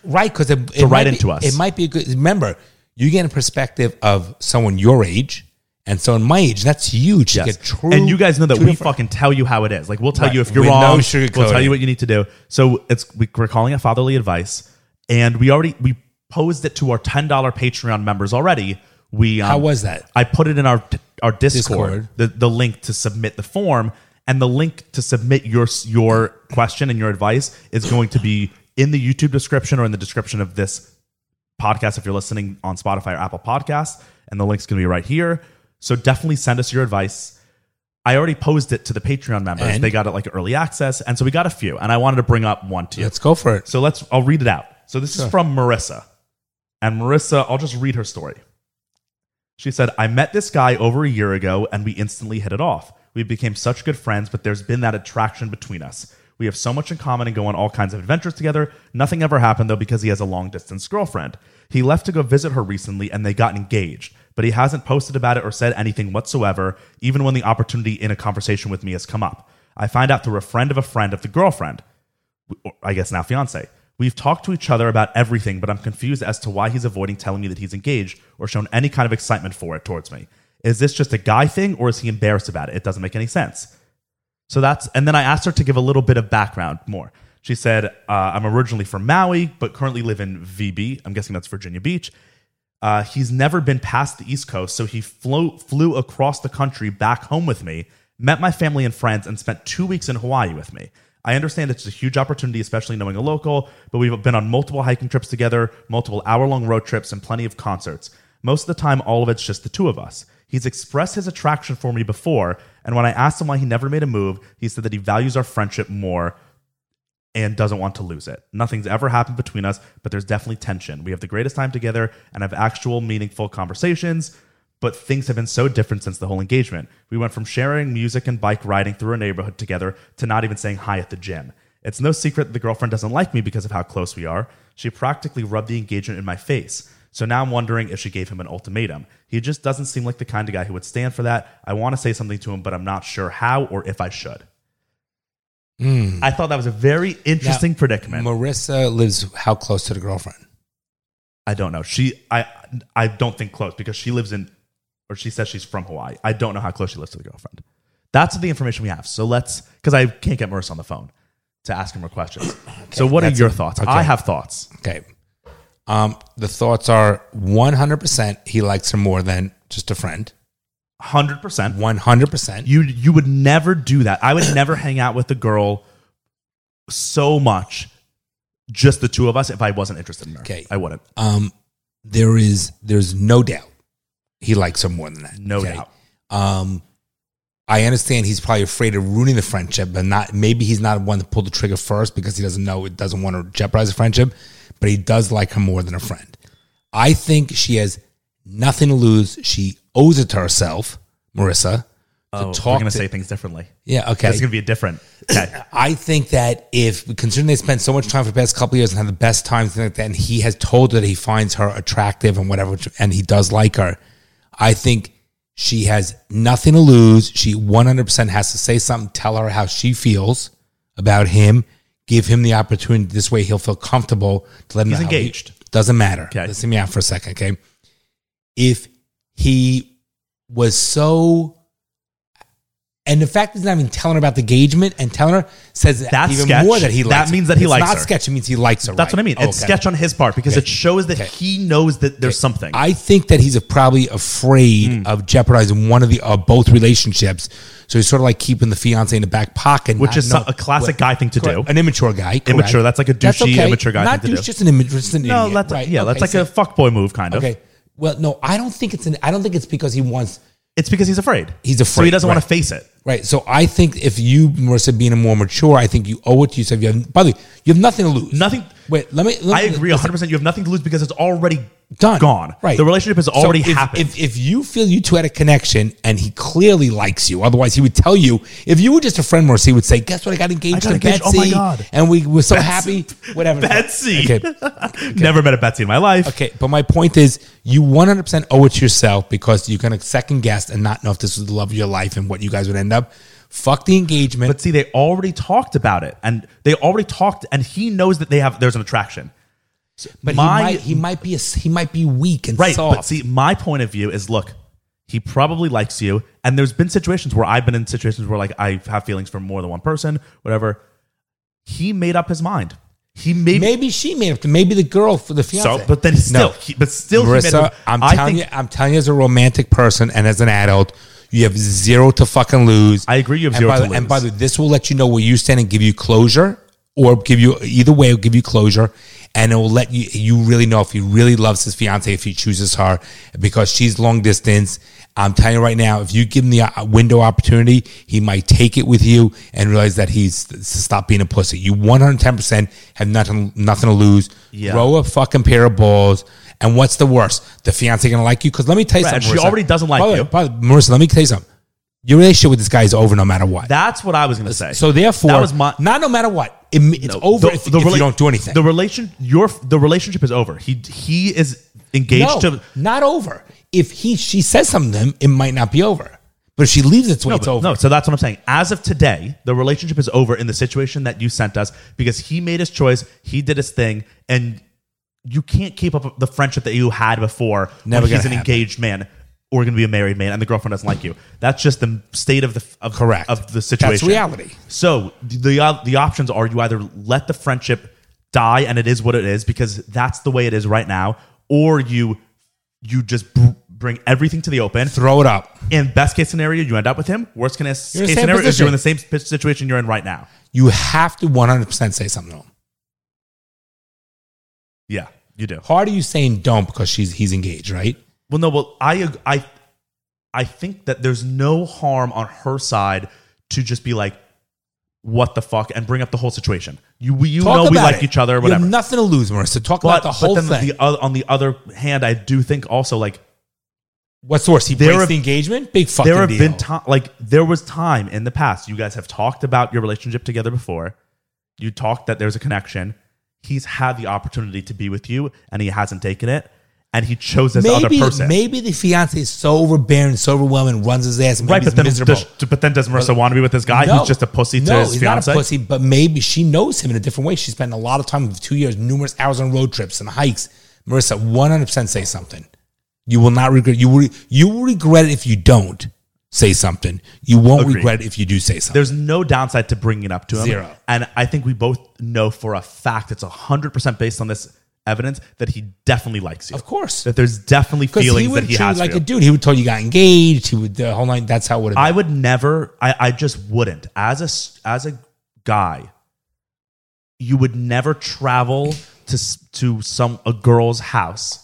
Right, because it, it write might be- into us. It might be a good. Remember, you get a perspective of someone your age and someone my age. and That's huge. Yes. You get true, and you guys know that two we different- fucking tell you how it is. Like we'll tell Right. you if you're With no wrong. we'll sugarcoating. tell you what you need to do. So it's we, we're calling it fatherly advice, and we already we posed it to our ten dollar Patreon members already. We um, How was that? I put it in our our Discord, Discord. The, the link to submit the form and the link to submit your your question and your advice is going to be in the YouTube description or in the description of this podcast if you're listening on Spotify or Apple Podcasts, and the link's going to be right here. So definitely send us your advice. I already posed it to the Patreon members. And? They got it like early access, and so we got a few. And I wanted to bring up one to you. Let's go for it. So let's. I'll read it out. So this is from Marissa, and Marissa. I'll just read her story. She said, "I met this guy over a year ago, and we instantly hit it off. We became such good friends, but there's been that attraction between us. We have so much in common and go on all kinds of adventures together. Nothing ever happened though because he has a long distance girlfriend. He left to go visit her recently, and they got engaged." But he hasn't posted about it or said anything whatsoever, even when the opportunity in a conversation with me has come up. I find out through a friend of a friend of the girlfriend. or I guess now fiance. We've talked to each other about everything, but I'm confused as to why he's avoiding telling me that he's engaged or shown any kind of excitement for it towards me. Is this just a guy thing or is he embarrassed about it? It doesn't make any sense. So that's, and then I asked her to give a little bit of background more. She said, uh, I'm originally from Maui, but currently live in VB. I'm guessing that's Virginia Beach. Uh, he's never been past the East Coast, so he flew, flew across the country back home with me, met my family and friends, and spent two weeks in Hawaii with me. I understand it's a huge opportunity, especially knowing a local, but we've been on multiple hiking trips together, multiple hour long road trips, and plenty of concerts. Most of the time, all of it's just the two of us. He's expressed his attraction for me before, and when I asked him why he never made a move, he said that he values our friendship more and doesn't want to lose it. Nothing's ever happened between us, but there's definitely tension. We have the greatest time together and have actual meaningful conversations, but things have been so different since the whole engagement. We went from sharing music and bike riding through a neighborhood together to not even saying hi at the gym. It's no secret the girlfriend doesn't like me because of how close we are. She practically rubbed the engagement in my face. So now I'm wondering if she gave him an ultimatum. He just doesn't seem like the kind of guy who would stand for that. I want to say something to him, but I'm not sure how or if I should. I thought that was a very interesting Now, predicament. Marissa lives how close to the girlfriend? I don't know. She I I don't think close because she lives in or she says she's from Hawaii. I don't know how close she lives to the girlfriend. That's the information we have. So let's because I can't get Marissa on the phone to ask him her questions. so what are that's your it. thoughts? Okay. I have thoughts. Okay. Um, the thoughts are 100% he likes her more than just a friend. Hundred percent. 100%. You you would never do that. I would never hang out with a girl so much, just the two of us, if I wasn't interested in her. Okay. I wouldn't. um, there is there's no doubt he likes her more than that. No doubt. Um, I understand he's probably afraid of ruining the friendship, but not maybe he's not one to pull the trigger first because he doesn't know it doesn't want to jeopardize the friendship, but he does like her more than a friend. I think she has nothing to lose. She owes it to herself, Marissa, Oh, to we're talk gonna to. say things differently. yeah, okay. It's gonna be a different. Okay. I think that if considering they spent so much time for the past couple of years and had the best times and things like that, and he has told her that he finds her attractive and whatever, and he does like her, I think she has nothing to lose. She 100% has to say something, tell her how she feels about him, give him the opportunity. This way, he'll feel comfortable to let him. He's know how he- engaged. doesn't matter. Okay. Listen me out for a second, okay? If he was so and the fact he's not even telling her about the engagement and telling her says That's even sketch. more that he That likes her. means that he It's likes not her. sketch. It means he likes her. That's right? what I mean. Oh, It's okay. sketch on his part because Okay. it shows that Okay. he knows that there's something. I think that he's probably afraid Mm. of jeopardizing one of the uh, both relationships. So he's sort of like keeping the fiance in the back pocket, which not is know- a classic guy thing to do. Correct. An immature guy. correct. Immature, that's like a douchey, immature guy Not thing to douche, do. Just an immature. Just an no, idiot, that's right? yeah, Okay, that's like so- a fuckboy move, kind of. Okay. Well, no, I don't think it's an. I don't think it's because he wants. It's because he's afraid. He's so he afraid, doesn't want right. to face it. Right. So I think if you, Marissa, being a more mature, I think you owe it to yourself. You have, by the way, you have nothing to lose. Nothing. Wait. Let me. I Let me agree, 100. percent You have nothing to lose because it's already Done. gone. Right. The relationship has So already if, happened. If, if you feel you two had a connection and he clearly likes you, otherwise he would tell you. If you were just a friend, Marissa, he would say, "Guess what? I got engaged I got to engaged. Oh Betsy. my God. And we were so happy. Whatever. Betsy. Okay. Never met a Betsy in my life. Okay, but my point is, you 100% owe it to yourself because you can second guess and not know if this was the love of your life and what you guys would end up. Fuck the engagement. But see, they already talked about it, and they already talked, and he knows that they have. There's an attraction. But My- he might he might be a, he might be weak and Right. soft. But see, my point of view is look, he probably likes you. And there's been situations where I've been in situations where like I have feelings for more than one person, whatever. He made up his mind. He made maybe she made up. Maybe the girl for the so, fiance. but then still, he, but still, he made Marissa, up- I'm I telling think- you, I'm telling you, as a romantic person and as an adult, you have zero to fucking lose. I agree you have and zero by to the, And lose. by the way, this will let you know where you stand and give you closure, or give you either way, it'll give you closure, and it will let you you really know if he really loves his fiance, if he chooses her, because she's long distance. I'm telling you right now, if you give him the uh, window opportunity, he might take it with you and realize that he's stop being a pussy. You 110 percent have nothing nothing to lose. Yeah. Grow a fucking pair of balls. And what's the worst? The fiance gonna like you? Because let me tell you Right, and something. she Marissa. already doesn't like By the way, you. by the- Marissa, let me tell you something. Your relationship with this guy is over no matter what. that's what I was going to say. so therefore, that was my. not no matter what. It, it's over if, if rela- you don't do anything. The relation, your the relationship is over. He he is engaged no, to not over. If he she says something to him, it might not be over But if she leaves, it's way it's but- over. No, so that's what I'm saying. As of today, the relationship is over in the situation that you sent us because he made his choice, he did his thing, and you can't keep up the friendship that you had before. Never when he's gonna an happen. engaged man or going to be a married man, and the girlfriend doesn't like you. That's just the state of the of, Correct. of the That's situation. reality. So the uh, the- the options are you either let the friendship die and it is what it is because that's the way it is right now, or you you just br- bring everything to the open Throw it up. in best case scenario, you end up with him. Worst case, You're in the case same scenario is position. you're in the same p- situation you're in right now. You have to 100% say something to him. Yeah, you do. Hard are you saying don't because she's he's engaged, right? Well, no, well, I, ag- I, I think that there's no harm on her side to just be like, "What the fuck," and bring up the whole situation. You, we, you know, we about like it. each other, You whatever. have nothing to lose, Marissa. Talk but, about the whole but then thing. the other, on the other hand, I do think also like What's worse? He There breaks have- the engagement? Big fucking there have deal. been time like there was time in the past you guys have talked about your relationship together before you talked that there's a connection he's had the opportunity to be with you and he hasn't taken it and he chose this other maybe, person maybe the fiance is so overbearing, so overwhelming, runs his ass, and right maybe but he's then, miserable. does, but then does marissa want to be with this guy No. who's just a pussy to no, his he's fiance not a pussy, but maybe she knows him in a different way. She spent a lot of time, two years, numerous hours on road trips and hikes. Marissa, one hundred percent, say something. You will not regret. You will. You will regret it if you don't say something. You won't Agreed. regret it if you do say something. there's no downside to bringing it up to him Zero. and i think we both know for a fact it's 100% based on this evidence that he definitely likes you of course, that there's definitely because feelings he would that he treat has you like for a you. dude. He would tell you got engaged. He would the whole night. That's how it would. Have I would never. I, I just wouldn't. As a s- as a guy, you would never travel to s- to some a girl's house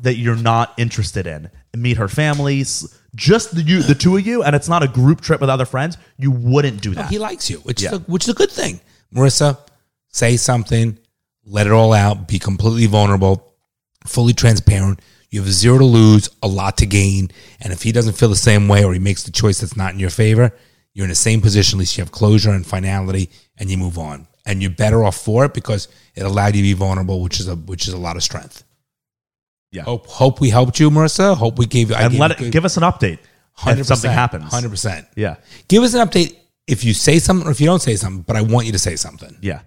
that you're not interested in. Meet her family, s- just the you the two of you, and it's not a group trip with other friends. You wouldn't do been. that. he likes you, which Yeah. is a, which is a good thing. Marissa, say something. Let it all out. Be completely vulnerable. fully transparent. You have zero to lose, a lot to gain. And if he doesn't feel the same way or he makes the choice that's not in your favor, you're in the same position. At least you have closure and finality and you move on. And you're better off for it because it allowed you to be vulnerable, which is a which is a lot of strength. Yeah. Hope hope we helped you, Marissa. Hope we gave you and let it give us an update if something happens. Hundred percent. Yeah, Give us an update if you say something or if you don't say something, but I want you to say something. yeah.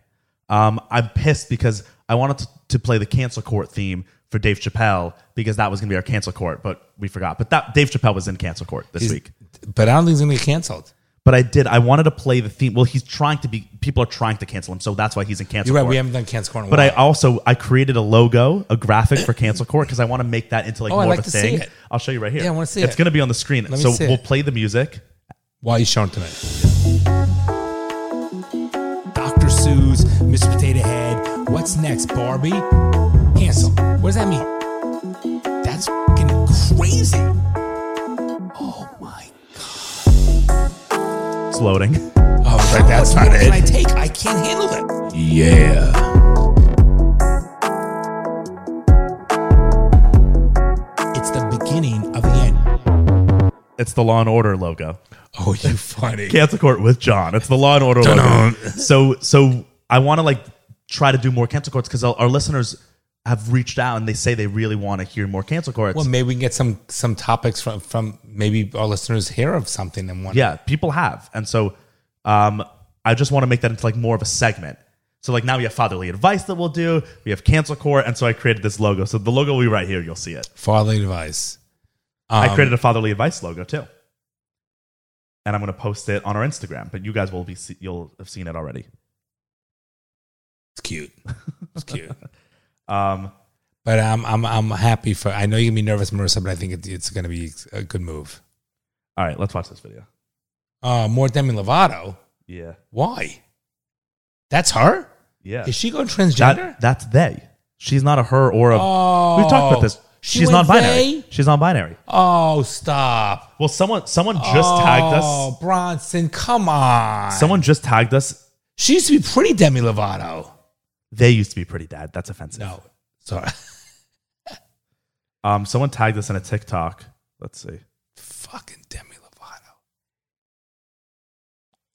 Um, I'm pissed because I wanted to, to play the cancel court theme for Dave Chappelle because that was going to be our cancel court, but we forgot. But that Dave Chappelle was in cancel court this week. But I don't think it's gonna get canceled. But I did. I wanted to play the theme. Well, he's trying to be. People are trying to cancel him, so that's why he's in cancel You're right, court. we haven't done cancel corner. but I also I created a logo, a graphic for cancel court because I want to make that into like Oh, I'd more like of to a see thing. it. I'll show you right here. Yeah, I wanna see it's it. going to be on the screen. me so see we'll it. play the music. Why are you showing tonight? Dr. Seuss, Mr. Potato Head. What's next, Barbie? Cancel. What does that mean? That's fucking crazy. Oh my. It's loading. Oh, it's like that's not it. Can I take? I can't handle that. Yeah. It's the beginning of the end. It's the Law and Order logo. Oh, you funny. Cancel court with John. It's the Law and Order logo. Dun-dun. So so I want to like try to do more cancel courts because our, our listeners have reached out and they say they really want to hear more cancel courts. Well, maybe we can get some some topics from from maybe our listeners hear of something and want. Yeah, people have. And so um, I just want to make that into like more of a segment. So like now we have fatherly advice that we'll do. We have cancel court, and so I created this logo. So the logo will be right here. You'll see it. fatherly advice. Um, I created a fatherly advice logo too, and I'm going to post it on our Instagram. But you guys will be see, you'll have seen it already. It's cute. It's cute. Um, but I'm I'm I'm happy for. I know you're gonna be nervous, Marissa, but I think it, it's gonna be a good move. all right, let's watch this video. Uh, more Demi Lovato. Yeah, Why? That's her. yeah. Is she going transgender? That, that's they. She's not a her or a. oh, We've talked about this. she She's went non-binary. they? She's non-binary. Oh, stop! Well, someone someone just tagged us. Oh, Bronson, come on. Someone just tagged us she used to be pretty Demi Lovato. They used to be pretty dad. That's offensive. No, sorry. Um, someone tagged us in a TikTok. Let's see. Fucking Demi Lovato.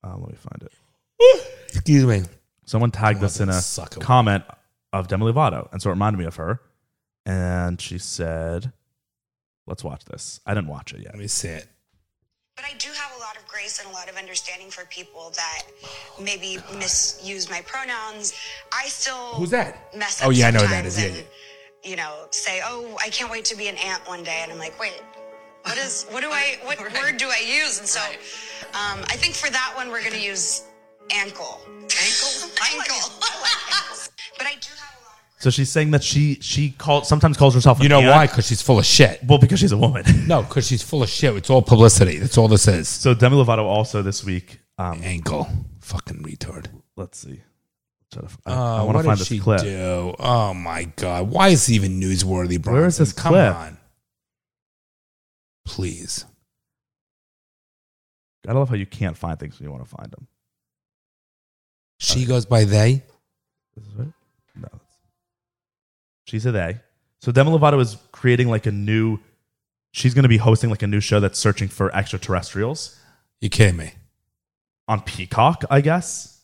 Um, let me find it. Excuse me. Someone tagged us in a Suck it. comment of Demi Lovato, and so it reminded me of her. And she said, "Let's watch this." I didn't watch it yet. Let me see it. But I do have a lot of grace and a lot of understanding for people that maybe misuse my pronouns. I still Who's that? Mess up Oh, yeah, I know who that sometimes is. Yeah, and, You know, say, "Oh, I can't wait to be an aunt one day," and I'm like, "Wait, what is? What do I? What word do I use?" And so, um, I think for that one, we're gonna use ankle. Ankle. ankle. but I do have a lot of. So she's saying that she she called sometimes calls herself. You an know aunt. why? Because she's full of shit. Well, because she's a woman. No, because she's full of shit. It's all publicity. That's all this is. so Demi Lovato also this week. Um, Ankle. Fucking retard. let's see. Try to- I, Uh, I what want to find did this she clip. do? Oh my god! Why is it even newsworthy, Bronson? Where is this Come clip? on, please. I love how you can't find things when you want to find them. She goes by they. This is right. No, that's- she's a they. So Demi Lovato is creating like a new. She's going to be hosting like a new show that's searching for extraterrestrials You kidding me? on Peacock, I guess.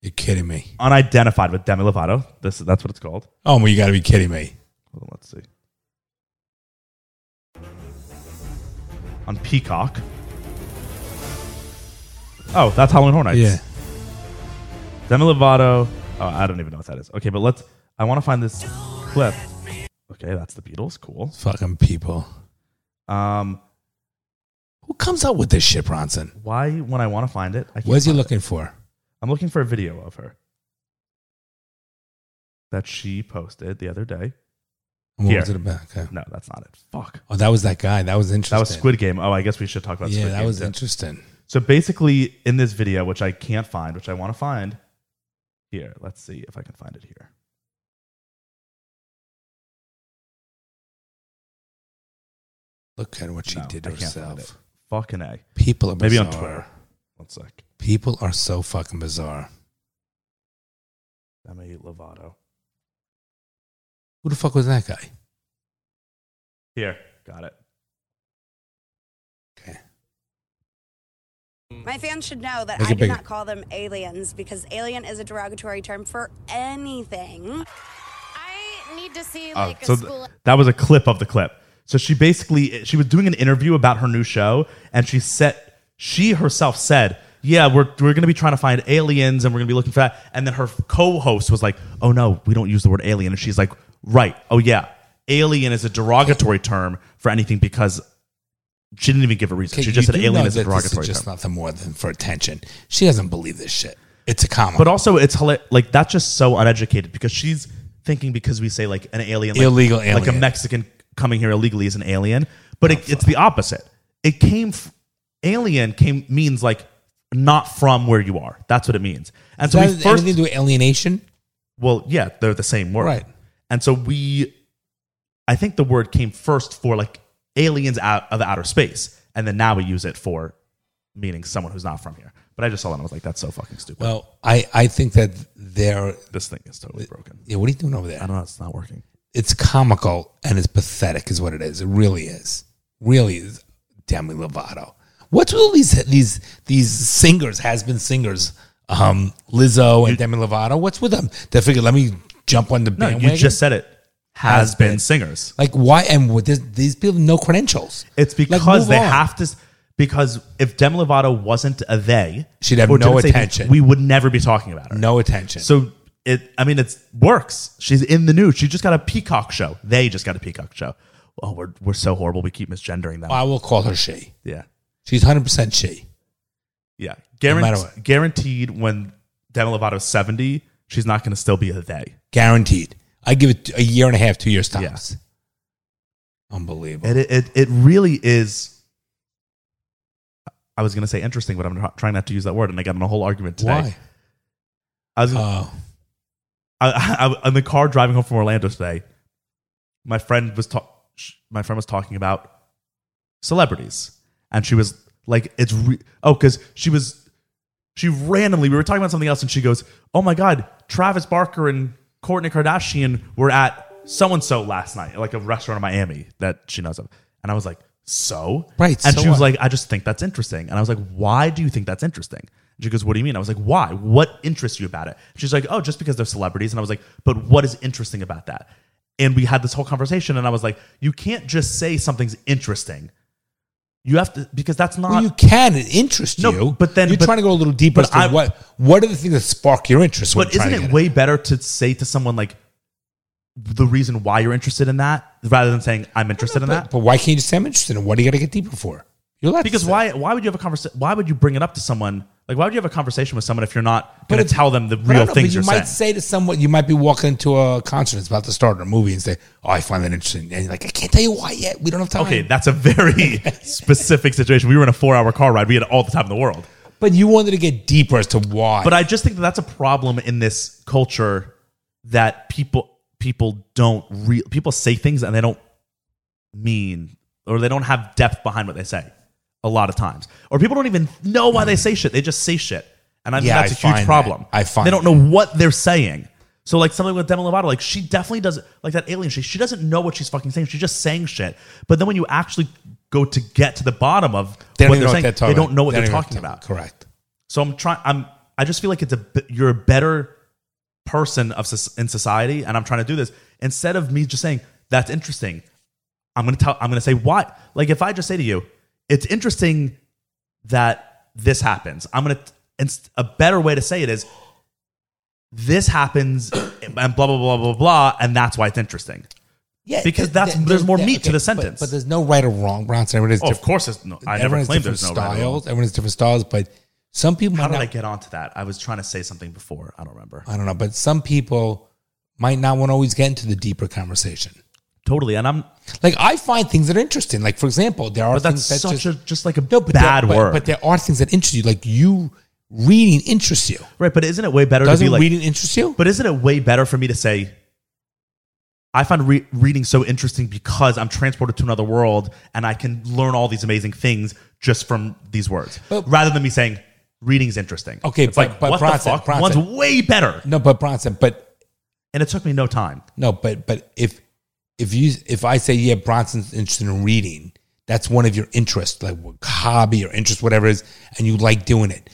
You kidding me? Unidentified with Demi Lovato. This that's what it's called. Oh, well, you got to be kidding me. Hold on, let's see. On Peacock. Oh, that's Halloween Horror Nights. Yeah. Demi Lovato. Oh, I don't even know what that is. Okay, but let's. I want to find this clip. Okay, that's the Beatles. Cool. Fucking people. Um, Who comes up with this shit, Bronson? why when I want to find it, I can't What's he find it. looking for? I'm looking for a video of her that she posted the other day. And what Here. was it about? Okay. No, that's not it. Fuck. Oh, that was that guy. That was interesting. That was Squid Game. Oh, I guess we should talk about Yeah, Squid Game. that was too. interesting. So basically, in this video, which I can't find, which I want to find, here, let's see if I can find it here. Look at what she No, did I to can't find it. herself. Fucking A. People are Maybe on bizarre. Twitter. One sec. People are so fucking bizarre. Demi Lovato. Who the fuck was that guy? Here, got it. Okay. My fans should know that Make I it do bigger. not call them aliens because alien is a derogatory term for anything. I need to see Oh, like so a th- school. that was a clip of the clip. So she basically she was doing an interview about her new show, and she said she herself said, "Yeah, we're we're gonna be trying to find aliens, and we're gonna be looking for that." And then her co-host was like, "Oh no, we don't use the word alien," and she's like, "Right, oh yeah, alien is a derogatory term for anything because." She didn't even give a reason. Okay, she just you said do alien know is a that this derogatory term. just nothing more than for attention. She doesn't believe this shit. It's a comic. but also, it's hila- like that's just so uneducated because she's thinking because we say like an alien, like, Illegal like a alien. Mexican coming here illegally is an alien. But it, it's the opposite. It came, f- alien came means like not from where you are. That's what it means. And so that we has first, anything to do with alienation? well, yeah, they're the same word, Right. And so we, I think the word came first for like aliens out of outer space, and then now we use it for meaning someone who's not from here. But I just saw that and I was like, that's so fucking stupid. Well, I, I think that they're. this thing is totally broken. Yeah, what are you doing over I there? don't know. It's not working. It's comical and it's pathetic, is what it is. It really is. Really is. Demi Lovato. What's with all these these these singers, has been singers, um, Lizzo and Demi Lovato? What's with them? They figure, let me jump on the No, bandwagon. you just said it. Has, Has been. been. singers. like why? And with this, these people have no credentials. It's Like, because move they on. have to. Because if Demi Lovato wasn't a they, She'd have or no didn't say they, attention. we would never be talking about her. no attention. So it. I mean, it works. She's in the news. She just got a Peacock show. They just got a Peacock show. Oh, we're we're so horrible. We keep misgendering them. I will call her she. yeah, She's hundred percent she. yeah. matter Guaranteed. what. guaranteed. When Demi Lovato's seventy, she's not going to still be a they. Guaranteed. I give it a year and a half, two years tops. Yes. Unbelievable. It, it, it really is. I was going to say interesting, but I'm not- trying not to use that word. And I got in a whole argument today. Why? I was, Oh, I, I, in the car driving home from Orlando today. My friend was ta- sh- my friend was talking about celebrities, and she was like, "It's re- oh, because she was she randomly we were talking about something else, and she goes, "Oh my god, Travis Barker and Courtney Kardashian were at so and so last night, like a restaurant in Miami that she knows of," and I was like, "So Right, And so she was what? like, "I just think that's interesting," and I was like, "Why do you think that's interesting?" And she goes, "What do you mean?" I was like, "Why? What interests you about it?" She's like, "Oh, just because they're celebrities," and I was like, "But what is interesting about that?" And we had this whole conversation, and I was like, "You can't just say something's interesting." You have to because that's not. Well, you can. It interests No, you. but then- you're but- trying to go a little deeper. but As to I- what what are the things that spark your interest? but isn't it way better to say to someone like the reason why you're interested in that rather than saying I'm interested in But, that? but why can't you just say I'm interested in? it? What do you got to get deeper for? You're allowed to Because say why why would you have a conversation? Why would you bring it up to someone? Like why would you have a conversation with someone if you're not But going it's- to tell them the But I real don't know, things but you you're might saying? say to someone, you might be walking into a concert that's about to start or a movie and say, "Oh, I find that interesting," and you're like, "I can't tell you why yet. We don't have time." okay, that's a very specific situation. We were in a four hour car ride. We had all the time in the world. but you wanted to get deeper as to why. But I just think that that's a problem in this culture that people people don't real people say things and they don't mean or they don't have depth behind what they say a lot of times. Or people don't even know why they say shit. They just say shit. And I think Yeah, I that's a find huge that. problem. I find they don't know what they're saying. So like something with Demi Lovato, like she definitely doesn't like that alien shit. She doesn't know what she's fucking saying. She's just saying shit. But then when you actually go to get to the bottom of they what even they're saying, they're they talking don't know what They they're even talking about. Correct. So I'm trying. I'm. I just feel like it's a. bit- You're a better person of soc- in society, and I'm trying to do this instead of me just saying that's interesting. I'm gonna tell. I'm gonna say what. Like if I just say to you, it's interesting that this happens. I'm gonna. And a better way to say it is, this happens, and blah blah blah blah blah, and that's why it's interesting. Yeah, Because that's- th- there's th- more yeah, meat to the but- sentence. But, there's no right or wrong, Bronson. Everyone has Oh, of different, course, it's no, I everyone never has claimed different there's no right or wrong. styles. Everyone has different styles, but some people How might did not I get onto that? I was trying to say something before. I don't remember. I don't know, but some people might not want to always get into the deeper conversation. Totally, and I'm Like I find things that are interesting. Like for example, there are But that's things that such just, a just like a no, but there- bad but- word, But there are things that interest you. Like you reading interests you. right? But isn't it way better to Doesn't be like? reading interest you? but isn't it way better for me to say? I find re- reading so interesting because I'm transported to another world and I can learn all these amazing things just from these words, But- rather than me saying reading's interesting. Okay, it's but- like but what Bronson, the fuck? Bronson. One's way better, no, but Bronson. But and it took me no time. no, but but if if you if I say yeah, Bronson's interested in reading. That's one of your interests, like hobby or interest, whatever it is, and you like doing it.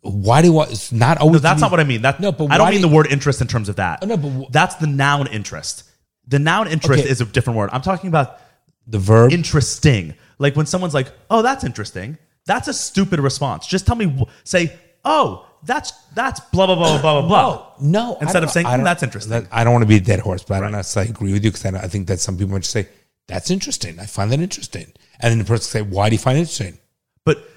Why do I? It's not always. No, that's not what I mean. That No, but I don't why mean do- the word interest in terms of that. Oh, no, but wh- that's the noun interest. The noun interest Okay. is a different word. I'm talking about the verb. interesting. Like when someone's like, "Oh, that's interesting." That's a stupid response. Just tell me wh- say, "Oh, that's that's blah blah blah blah blah blah." Oh, No, I Instead don't- of saying, I don't- "Mm, that's interesting." that- I don't want to be a dead horse, but I don't necessarily agree with you because I, don't- I think that some people might just say that's interesting. I find that interesting, and then the person say, "Why do you find it interesting?" But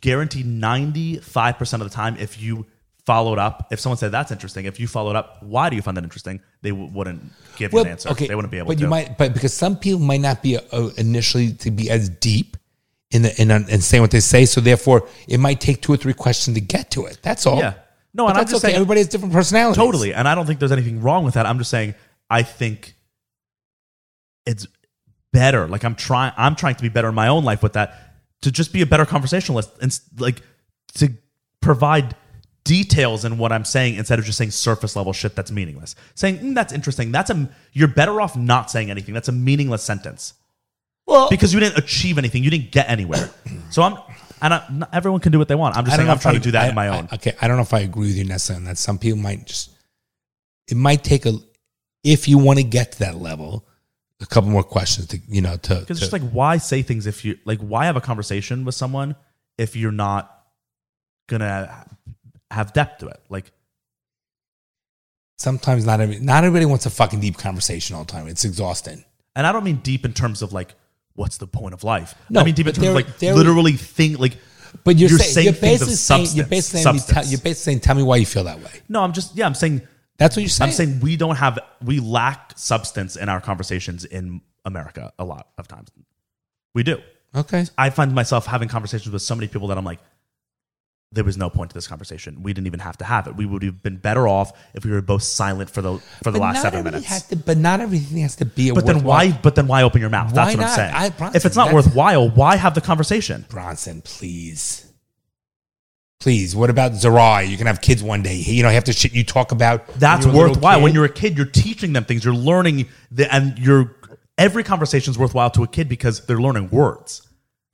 guarantee 95% of the time if you followed up, if someone said that's interesting, if you followed up, "Why do you find that interesting?" they w- wouldn't give you an answer. they wouldn't be able but to. you might, but because some people might not be uh, initially to be as deep in the in un- and saying what they say, so therefore it might take two or three questions to get to it. That's all. Yeah. No, But and I'm that's just okay. saying- everybody has different personalities. Totally. And I don't think there's anything wrong with that. I'm just saying I think it's better. Like I'm trying I'm trying to be better in my own life with that to just be a better conversationalist and s- like to provide details in what I'm saying instead of just saying surface level shit that's meaningless. Saying "Mm, that's interesting. That's a you're better off not saying anything. That's a meaningless sentence. Well, Because you didn't achieve anything. You didn't get anywhere. So I'm and I, not everyone can do what they want. I'm just saying I'm if trying I- to do that I- in my I- own. okay, I don't know if I agree with you necessarily on that. Some people might just it might take a if you want to get to that level, a couple more questions to you know to Because to- it's just like, why say things if you like, why have a conversation with someone if you're not gonna have depth to it? Like, sometimes not every, not everybody wants a fucking deep conversation all the time. It's exhausting. and I don't mean deep in terms of like, what's the point of life? No, I mean deep in but terms of there- like there- literally think like. But you're, You're saying, saying you're things of basically saying you're substance. basically saying, Substance. you're basically saying tell me why you feel that way. No, I'm just yeah, I'm saying That's what you're saying. I'm saying we don't have we lack substance in our conversations in America a lot of times. We do. okay. I find myself having conversations with so many people that I'm like, there was no point to this conversation. We didn't even have to have it. We would have been better off if we were both silent for the for the But last not seven everybody minutes. has to- but not everything has to be. A but then why? worthwhile- But then why open your mouth? Why That's what not? I'm saying. I- Bronson, if it's not that's- worthwhile, why have the conversation? Bronson, please. Please, what about Zarai? You can have kids one day. You know, half the shit you talk about. when That's you were a little worthwhile. When kid. you're a kid, you're teaching them things. You're learning, the, and you're every conversation is worthwhile to a kid because they're learning words.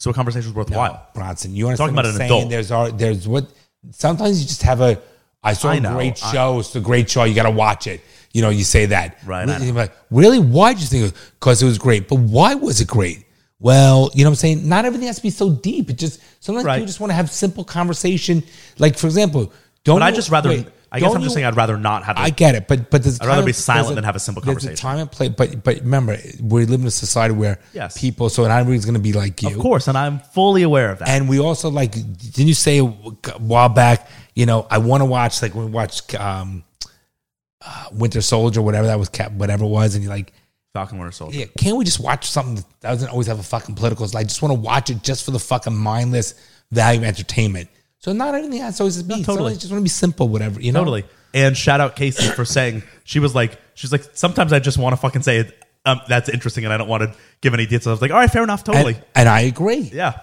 So a conversation is worthwhile. Bronson, you understand Talking what about I'm an saying? adult. There's our there's what sometimes you just have a I saw I a know. great I- show. it's a great show. You got to watch it. You know, you say that. Right, I Really, know. You're like, really? Why did you think? Because it was great. But why was it great? Well, you know what I'm saying? Not everything has to be so deep. It just sometimes Right. people just want to have simple conversation. Like for example, don't But I you- just rather. wait, I guess don't I'm just you- saying I'd rather not have. I I, get it, but but there's I'd rather time- be silent there's than have a simple There's a conversation. time and place, but but remember, we live in a society where Yes. people. So and everybody's going to be like you, of course, and I'm fully aware of that. and we also like. Didn't you say a while back? You know, I want to watch like we watched um, uh, Winter Soldier, whatever that was, cap, whatever it was, and you're like, Falcon Winter Soldier. yeah, can't we just watch something that doesn't always have a fucking political? I just want to watch it just for the fucking mindless value of entertainment. So not everything has to always be. totally. Sometimes you just want to be simple, whatever you know. Totally. And shout out Casey for saying she was like she's like sometimes I just want to fucking say it. Um, that's interesting, and I don't want to give any details. I was like, all right, fair enough, And- totally. and I agree. yeah,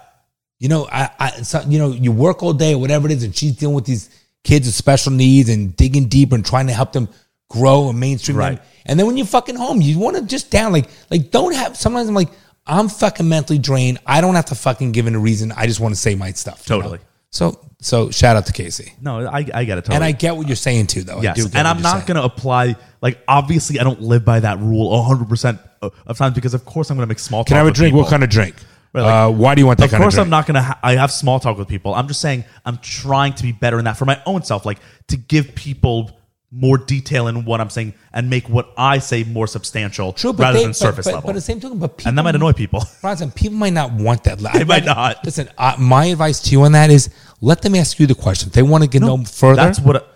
you know, I, I so, you know, you work all day or whatever it is, and she's dealing with these kids with special needs and digging deeper and trying to help them grow and mainstream Right. them. And then when you're fucking home, you want to just down like like don't have. Sometimes I'm like, I'm fucking mentally drained. I don't have to fucking give in a reason. I just want to say my stuff. you know? Totally. So so shout out to Casey, no, I, I get it. Totally. and I get what you're saying too, though. I Yes, do get what and I'm you're not saying. going to apply. Like, obviously, I don't live by that rule 100 percent of times because, of course, I'm going to make small. Can talk I have a with drink? People. What kind of drink? Right, like- uh, why do you want that Of kind course, of I'm drink? not going to. Ha- I have small talk with people. I'm just saying I'm trying to be better in that for my own self, like to give people more detail in what I'm saying and make what I say more substantial rather they- than surface but, level. But at the same token, but people and that might annoy people. Bronson, people might not want that. They might not. Listen, uh, my advice to you on that is let them ask you the question. If they want to get no, further. That's what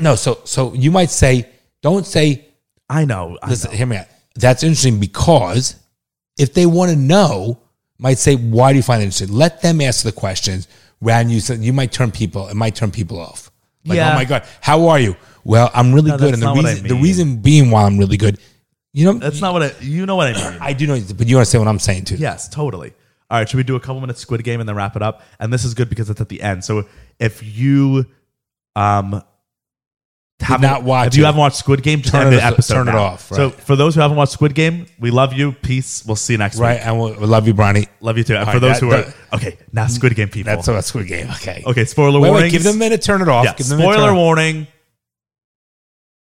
no, so so you might say, don't say, I know. I listen, hear me out. That's interesting because if they want to know, might say, why do you find it interesting? Let them ask the questions rather than you say, you might turn people, it might turn people off. Like, Yeah. oh my God, how are you? Well, I'm really No, good. that's And the not what I reason, the mean. reason being why I'm really good, you know, That's not what I. You know what I mean. I do know, but you understand what I'm saying too. Yes, totally. All right, should we do a couple minutes Squid Game and then wrap it up? And this is good because it's at the end. So if you um have not watch if you it, haven't watched Squid Game, just turn end it the off- episode. turn it now. off, So right. for those who haven't watched Squid Game, we love you. Peace. We'll see you next Right. week. And we we love you, Bronny. Love you too. And All right, for those that- who are that- okay, now Squid Game people. That's a that's a good game. Okay. okay, spoiler Wait, warning. wait, give them a minute. Turn it off. Yeah, give them a minute, turn spoiler it off. warning.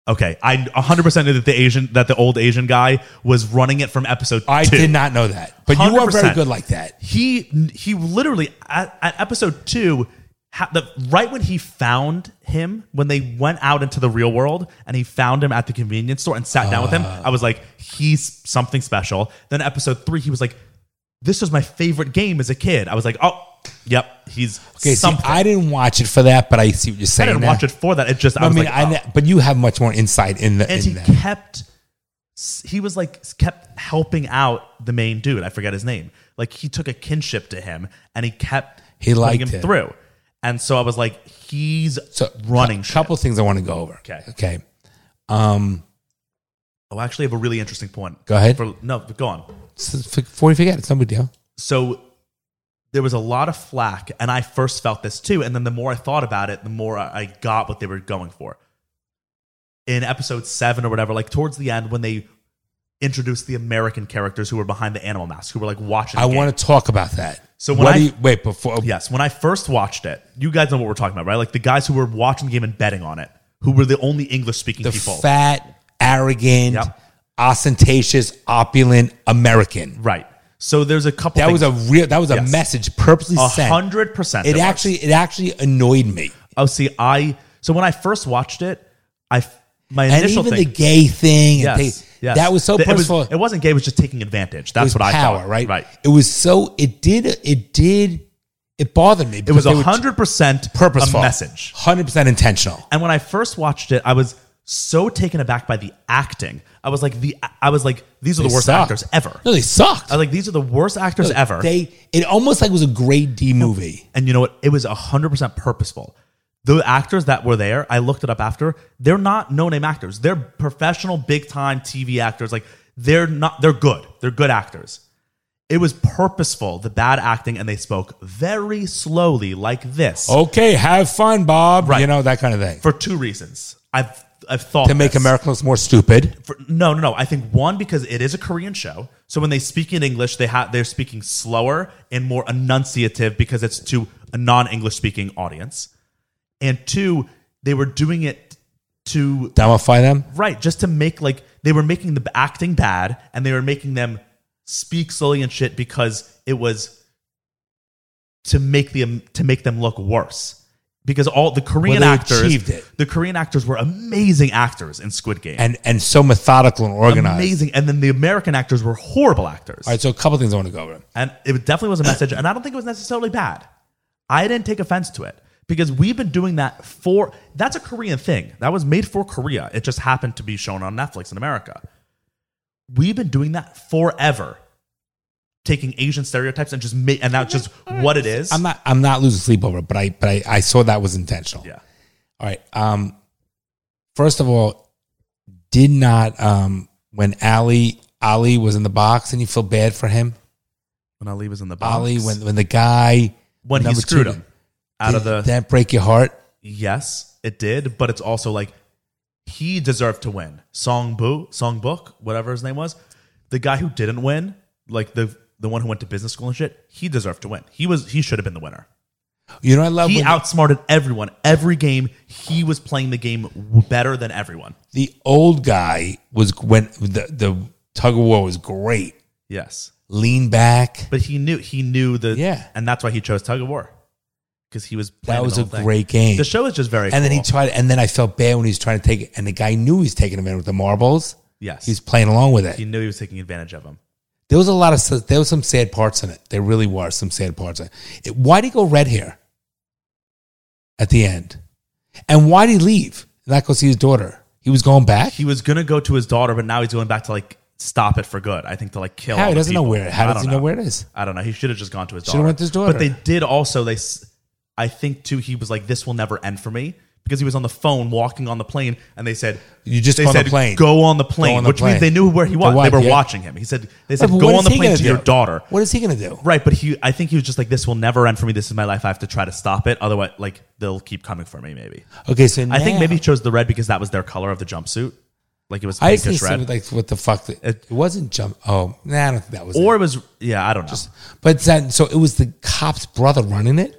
Okay, I 100% knew that the Asian that the old Asian guy was running it from episode I two. did not know that, but you are very 100%. good like that. he he literally at, at episode two ha- the, right when he found him when they went out into the real world and he found him at the convenience store and sat down with him Ah. i was like he's something special then episode three he was like this was my favorite game as a kid i was like oh yep he's Okay, see, something I didn't watch it for that, but I see what you're I saying. didn't now. watch it for that it just i, I was mean, like I oh. ne- but you have much more insight in the and in he that. kept he was like kept helping out the main dude i forget his name like he took a kinship to him and he kept He putting liked him him. through and so i was like he's So, running A shit. couple things I want to go over. Okay. Okay. Um. oh i actually have a really interesting point Go ahead. For, no go on so f- Before you forget, it's no big deal. so there was a lot of flack and i first felt this too and then the more i thought about it the more i I got what they were going for in episode seven or whatever like towards the end when they introduced the american characters who were behind the animal mask who were like watching the I game. want to talk about that. So when what I- do you wait before? Yes, when I first watched it, you guys know what we're talking about, right? Like the guys who were watching the game and betting on it, who were the only English speaking The people. fat, arrogant, Yep. ostentatious, opulent American. right. So there's a couple That was a real. That was a Yes. message purposely sent. hundred percent. It actually it actually annoyed me. Oh see, I so when I first watched it, I f- my And initial even the thing gay thing, and yes, they- yes. that was so It purposeful. It wasn't gay, it was just taking advantage. It That's was what I power, thought. right? Right. It was so it did it did it bothered me. It was hundred percent purposeful a message. hundred percent intentional. And when I first watched it, I was so taken aback by the acting. I was like the I was like these are the They worst sucked. actors ever. No, they sucked. I was like, these are the worst actors ever. They it almost like was a grade D movie. and you know what? It was 100% purposeful. The actors that were there, I looked it up after, they're not no name actors. They're professional, big time TV actors. Like, they're not, they're good. They're good actors. It was purposeful, the bad acting, and they spoke very slowly like this Okay, have fun, Bob. Right. You know that kind of thing for two reasons. I've, I've thought to make this. America look more stupid. for, no, no, no. I think one because it is a Korean show, so when they speak in English, they have they're speaking slower and more enunciative because it's to a non-English speaking audience, and two, they were doing it to Dumbify them. right just to make like they were making the acting bad and they were making them speak slowly and shit because it was to make them to make them look worse. Because all the Korean they actors, achieved it. the Korean actors were amazing actors in Squid Game, and and so methodical and organized. amazing. And then the American actors were horrible actors. All right, so a couple things I want to go over. And it definitely was a message. And I don't think it was necessarily bad. I didn't take offense to it because we've been doing that for that's a Korean thing. That was made for Korea. It just happened to be shown on Netflix in America. We've been doing that forever. Taking Asian stereotypes and just ma- and that's just what it is. I'm not I'm not losing sleep over it, but I but I, I saw that was intentional. yeah. All right. Um, first of all, did not um when Ali Ali was in the box and you feel bad for him. When Ali was in the box. Ali when when the guy when he number screwed two, him out of the did that break your heart. yes, it did, but it's also like he deserved to win. Song Bu, Song Book, whatever his name was, the guy who didn't win, like the the one who went to business school and shit, he deserved to win. He was he should have been the winner. You know, I love He when outsmarted everyone. Every game, he was playing the game w- better than everyone. the old guy was when the the tug of war was great. Yes, Lean back. but he knew he knew the Yeah. and that's why he chose tug of war because he was That playing the was a whole thing. great game. The show is just very and then he cool. tried, and then I felt bad when he was trying to take it, and the guy knew he was taking him in with the marbles. yes He's playing along with he it. knew he was taking advantage of him. There was a lot of there was some sad parts in it. There really were some sad parts. In it. It- why did he go red hair at the end? And why did he leave? Not go see his daughter. He was going back. he was gonna go to his daughter, but now he's going back to like stop it for good. I think to like kill. How all he the doesn't know people. where? How I does don't he know. where it is? I don't know. He should have just gone to his Should've daughter. went to his daughter. But they did also. They, s- I think too. He was like, "This will never end for me." Because he was on the phone walking on the plane, and they said, You just they go on the said, plane. Go on the plane, Go on the which plane. means they knew where he was. The wife, they were yeah. watching him. He said, "They said But what go is on the he plane gonna to your do? daughter." What is he going to do? Right, but he, I think he was just like, "This will never end for me. This is my life. I have to try to stop it. Otherwise, like they'll keep coming for me." Maybe Okay, so I think now- maybe he chose the red because that was their color of the jumpsuit. Like it was I just think pinkish something red. like what the fuck. It, it wasn't jump. Oh, nah, I don't think that was. or Or it was yeah i don't know but then, so it was the cop's brother running it.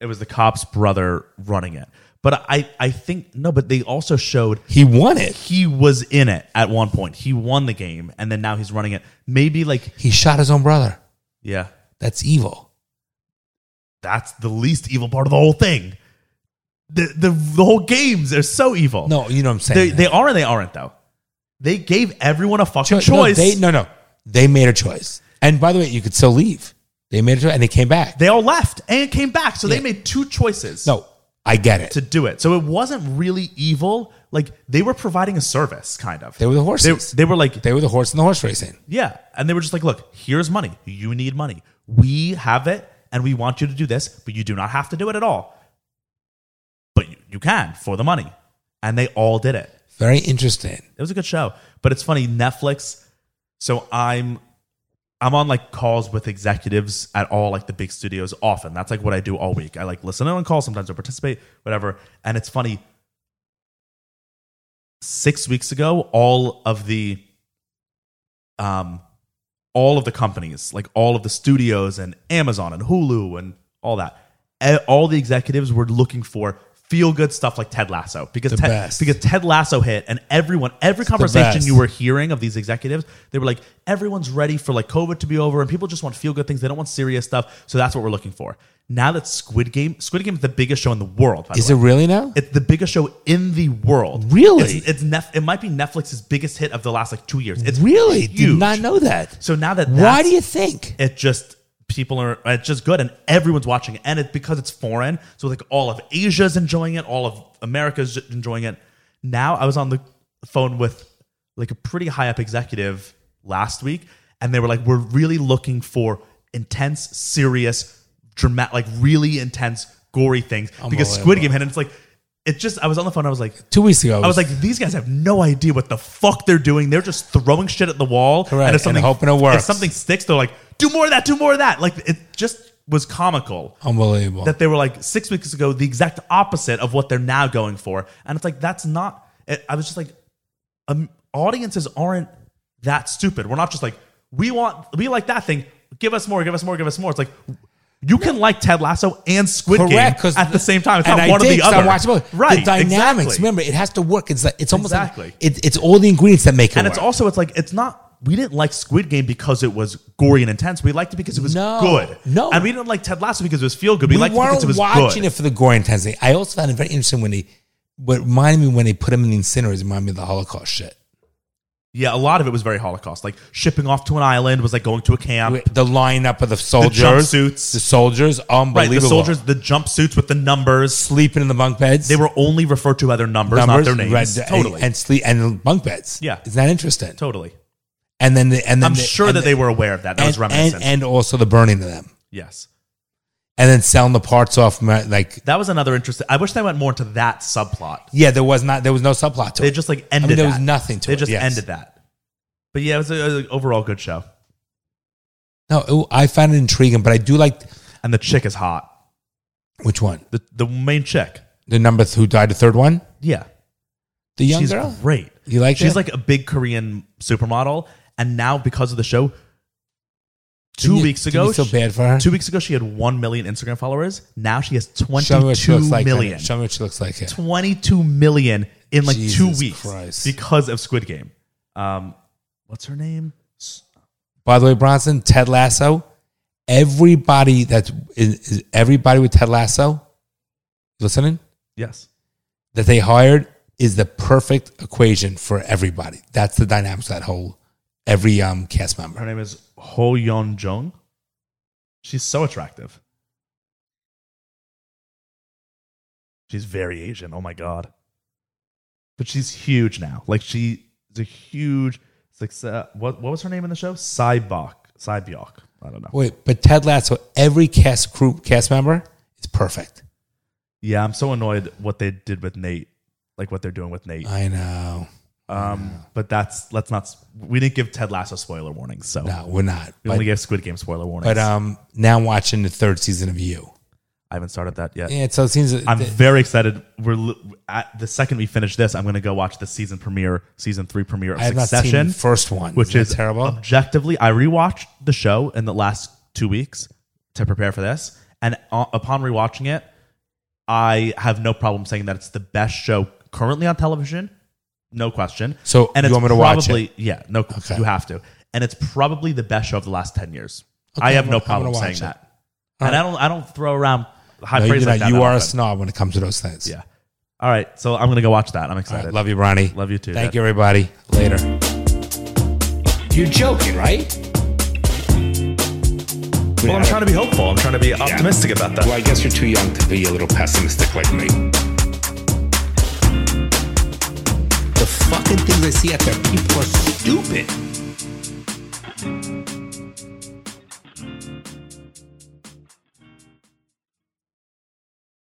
it was the cop's brother running it but i i think no but they also showed He won it. he was in it at one point he won the game and then now he's running it maybe like He shot his own brother. yeah That's evil. that's the least evil part of the whole thing the the, the whole games are so evil No, you know what I'm saying. they, they are and they aren't though they gave everyone a fucking Cho- No, choice they, they, no, no. They made a choice. And by the way, you could still leave. They made a choice and they came back. all left and came back so Yeah. they made two choices no, I get it. to do it. So it wasn't really evil. Like they were providing a service, kind of. They were the horses. They, they were like, They were the horse and the horse racing. yeah, and they were just like, look, here's money. You need money. We have it, and we want you to do this, but you do not have to do it at all. But you, you can for the money, and they all did it. Very interesting. It was a good show. But it's funny, Netflix. So I'm I'm on like calls with executives at all like the big studios often. That's like what I do all week. I like listen in on calls, sometimes I participate, whatever. And it's funny. Six weeks ago, all of the um all of the companies, like all of the studios and Amazon and Hulu and all that, e- all the executives were looking for feel good stuff like Ted Lasso because The Ted, best. because Ted Lasso hit and everyone every conversation best. you were hearing of these executives, they were like everyone's ready for like COVID to be over and people just want feel good things. They don't want serious stuff, so that's what we're looking for. Now that Squid Game, Squid Game is the biggest show in the world. By Is the it way. really now? It's the biggest show in the world. Really? It's, it's Nef- it might be Netflix's biggest hit of the last like two years. It's really? Did huge. not know that. So now that Why that's- do you think? it just people are it's just good and everyone's watching it and it's because it's foreign so like all of asia's enjoying it all of america's enjoying it now i was on the phone with like a pretty high up executive last week and they were like we're really looking for intense serious dramatic like really intense gory things because squid game hit and it's like it just i was on the phone i was like Two weeks ago. I was like, these guys have no idea what the fuck they're doing. They're just throwing shit at the wall. Correct, and hoping it If works. something sticks, they're like, do more of that, do more of that. Like it just was comical unbelievable. that they were like six weeks ago the exact opposite of what they're now going for, and it's like that's not. It, I was just like, um, audiences aren't that stupid. We're not just like we want we like that thing. Give us more, give us more, give us more. It's like. You can like Ted Lasso and Squid Correct, Game 'cause- at the same time. It's and not I one or did, the 'cause I other. watched both. Right. the dynamics. exactly. Remember, it has to work. It's like it's almost Exactly. like it, it's all the ingredients that make it. and it's work. also it's like it's not we didn't like Squid Game because it was gory and intense. We liked it because it was No. good. No. and we didn't like Ted Lasso because it was feel good. We, we liked it because weren't it was watching good. it for the gore intensity. I also found it very interesting when they, what reminded me when they put him in the incinerators, reminded me of the Holocaust shit. Yeah, a lot of it was very Holocaust. Like shipping off to an island was like going to a camp. The lineup of the soldiers, Um, jumpsuits. the soldiers, unbelievable. Right, the soldiers, the jumpsuits with the numbers. sleeping in the bunk beds. They were only referred to by their numbers, not their names. red- totally, and sleep and bunk beds. Yeah. isn't that interesting? totally. And then the, and then I'm the- sure and that the- they were aware of that. That and, was reminiscent. and, and also the burning of them, yes, and then selling the parts off. ma- Like that was another interesting. I wish they went more into that subplot. yeah, there was not there was no subplot to They it. just like ended. there was that. nothing to they it, just yes. ended that. But yeah, it was an overall good show. no, it- I found it intriguing, but I do like And the chick is hot. which one? The the main chick. The number th- who died, the third one, Yeah, the young she's girl. great. You like She's her? like a big Korean supermodel, and now because of the show, two Didn't you- weeks didn't ago, you feel she- bad for her? Two weeks ago, she had one million Instagram followers. Now she has Show me what she 22 looks like. million. Show me what she looks like. Here. 22 million in like Jesus two weeks Christ. because of Squid Game. Um, what's her name? By the way, Bronson, Ted Lasso, everybody that's is, is everybody with Ted Lasso, listening, Yes. that they hired is the perfect equation for everybody. That's the dynamics of that whole every um cast Her member. name is Ho Yeon Jung. She's so attractive. She's very Asian. Oh my god. But she's huge now. Like she's a huge success. What what was her name in the show? Saibok. Saibyok. I don't know. Wait, but Ted Lasso, every cast crew cast member is perfect. Yeah, I'm so annoyed what they did with Nate. Like what they're doing with Nate. I know. Um, but that's let's not. s- We didn't give Ted Lasso spoiler warnings, so No, we're not. we only But, gave Squid Game spoiler warnings. but um now I'm watching the third season of you. I haven't started that yet. Yeah, so it seems that I'm very excited. We're li- at the second we finish this, I'm going to go watch the season premiere, season three premiere of I have not seen Succession, the first one, which Isn't is that terrible. Objectively, I rewatched the show in the last two weeks to prepare for this, and uh, upon rewatching it, I have no problem saying that it's the best show currently on television, no question. So, and you it's want me to watch it? probably yeah, no, Okay. you have to, and it's probably the best show of the last ten years. Okay, I have I'm no gonna- I'm gonna problem saying watch it. that, All and right. I don't I don't throw around high No, you, praise do like not. that you that are a often. snob when it comes to those things. Yeah. All right. So I'm going to go watch that. I'm All excited. right, love you, Ronnie. Love you too, Thank Dad. you, everybody. Later. You're joking, right? Well, I'm trying to be hopeful. I'm trying to be optimistic about that. Well, I guess you're too young to be a little pessimistic like me. The fucking thing they see at their people are stupid.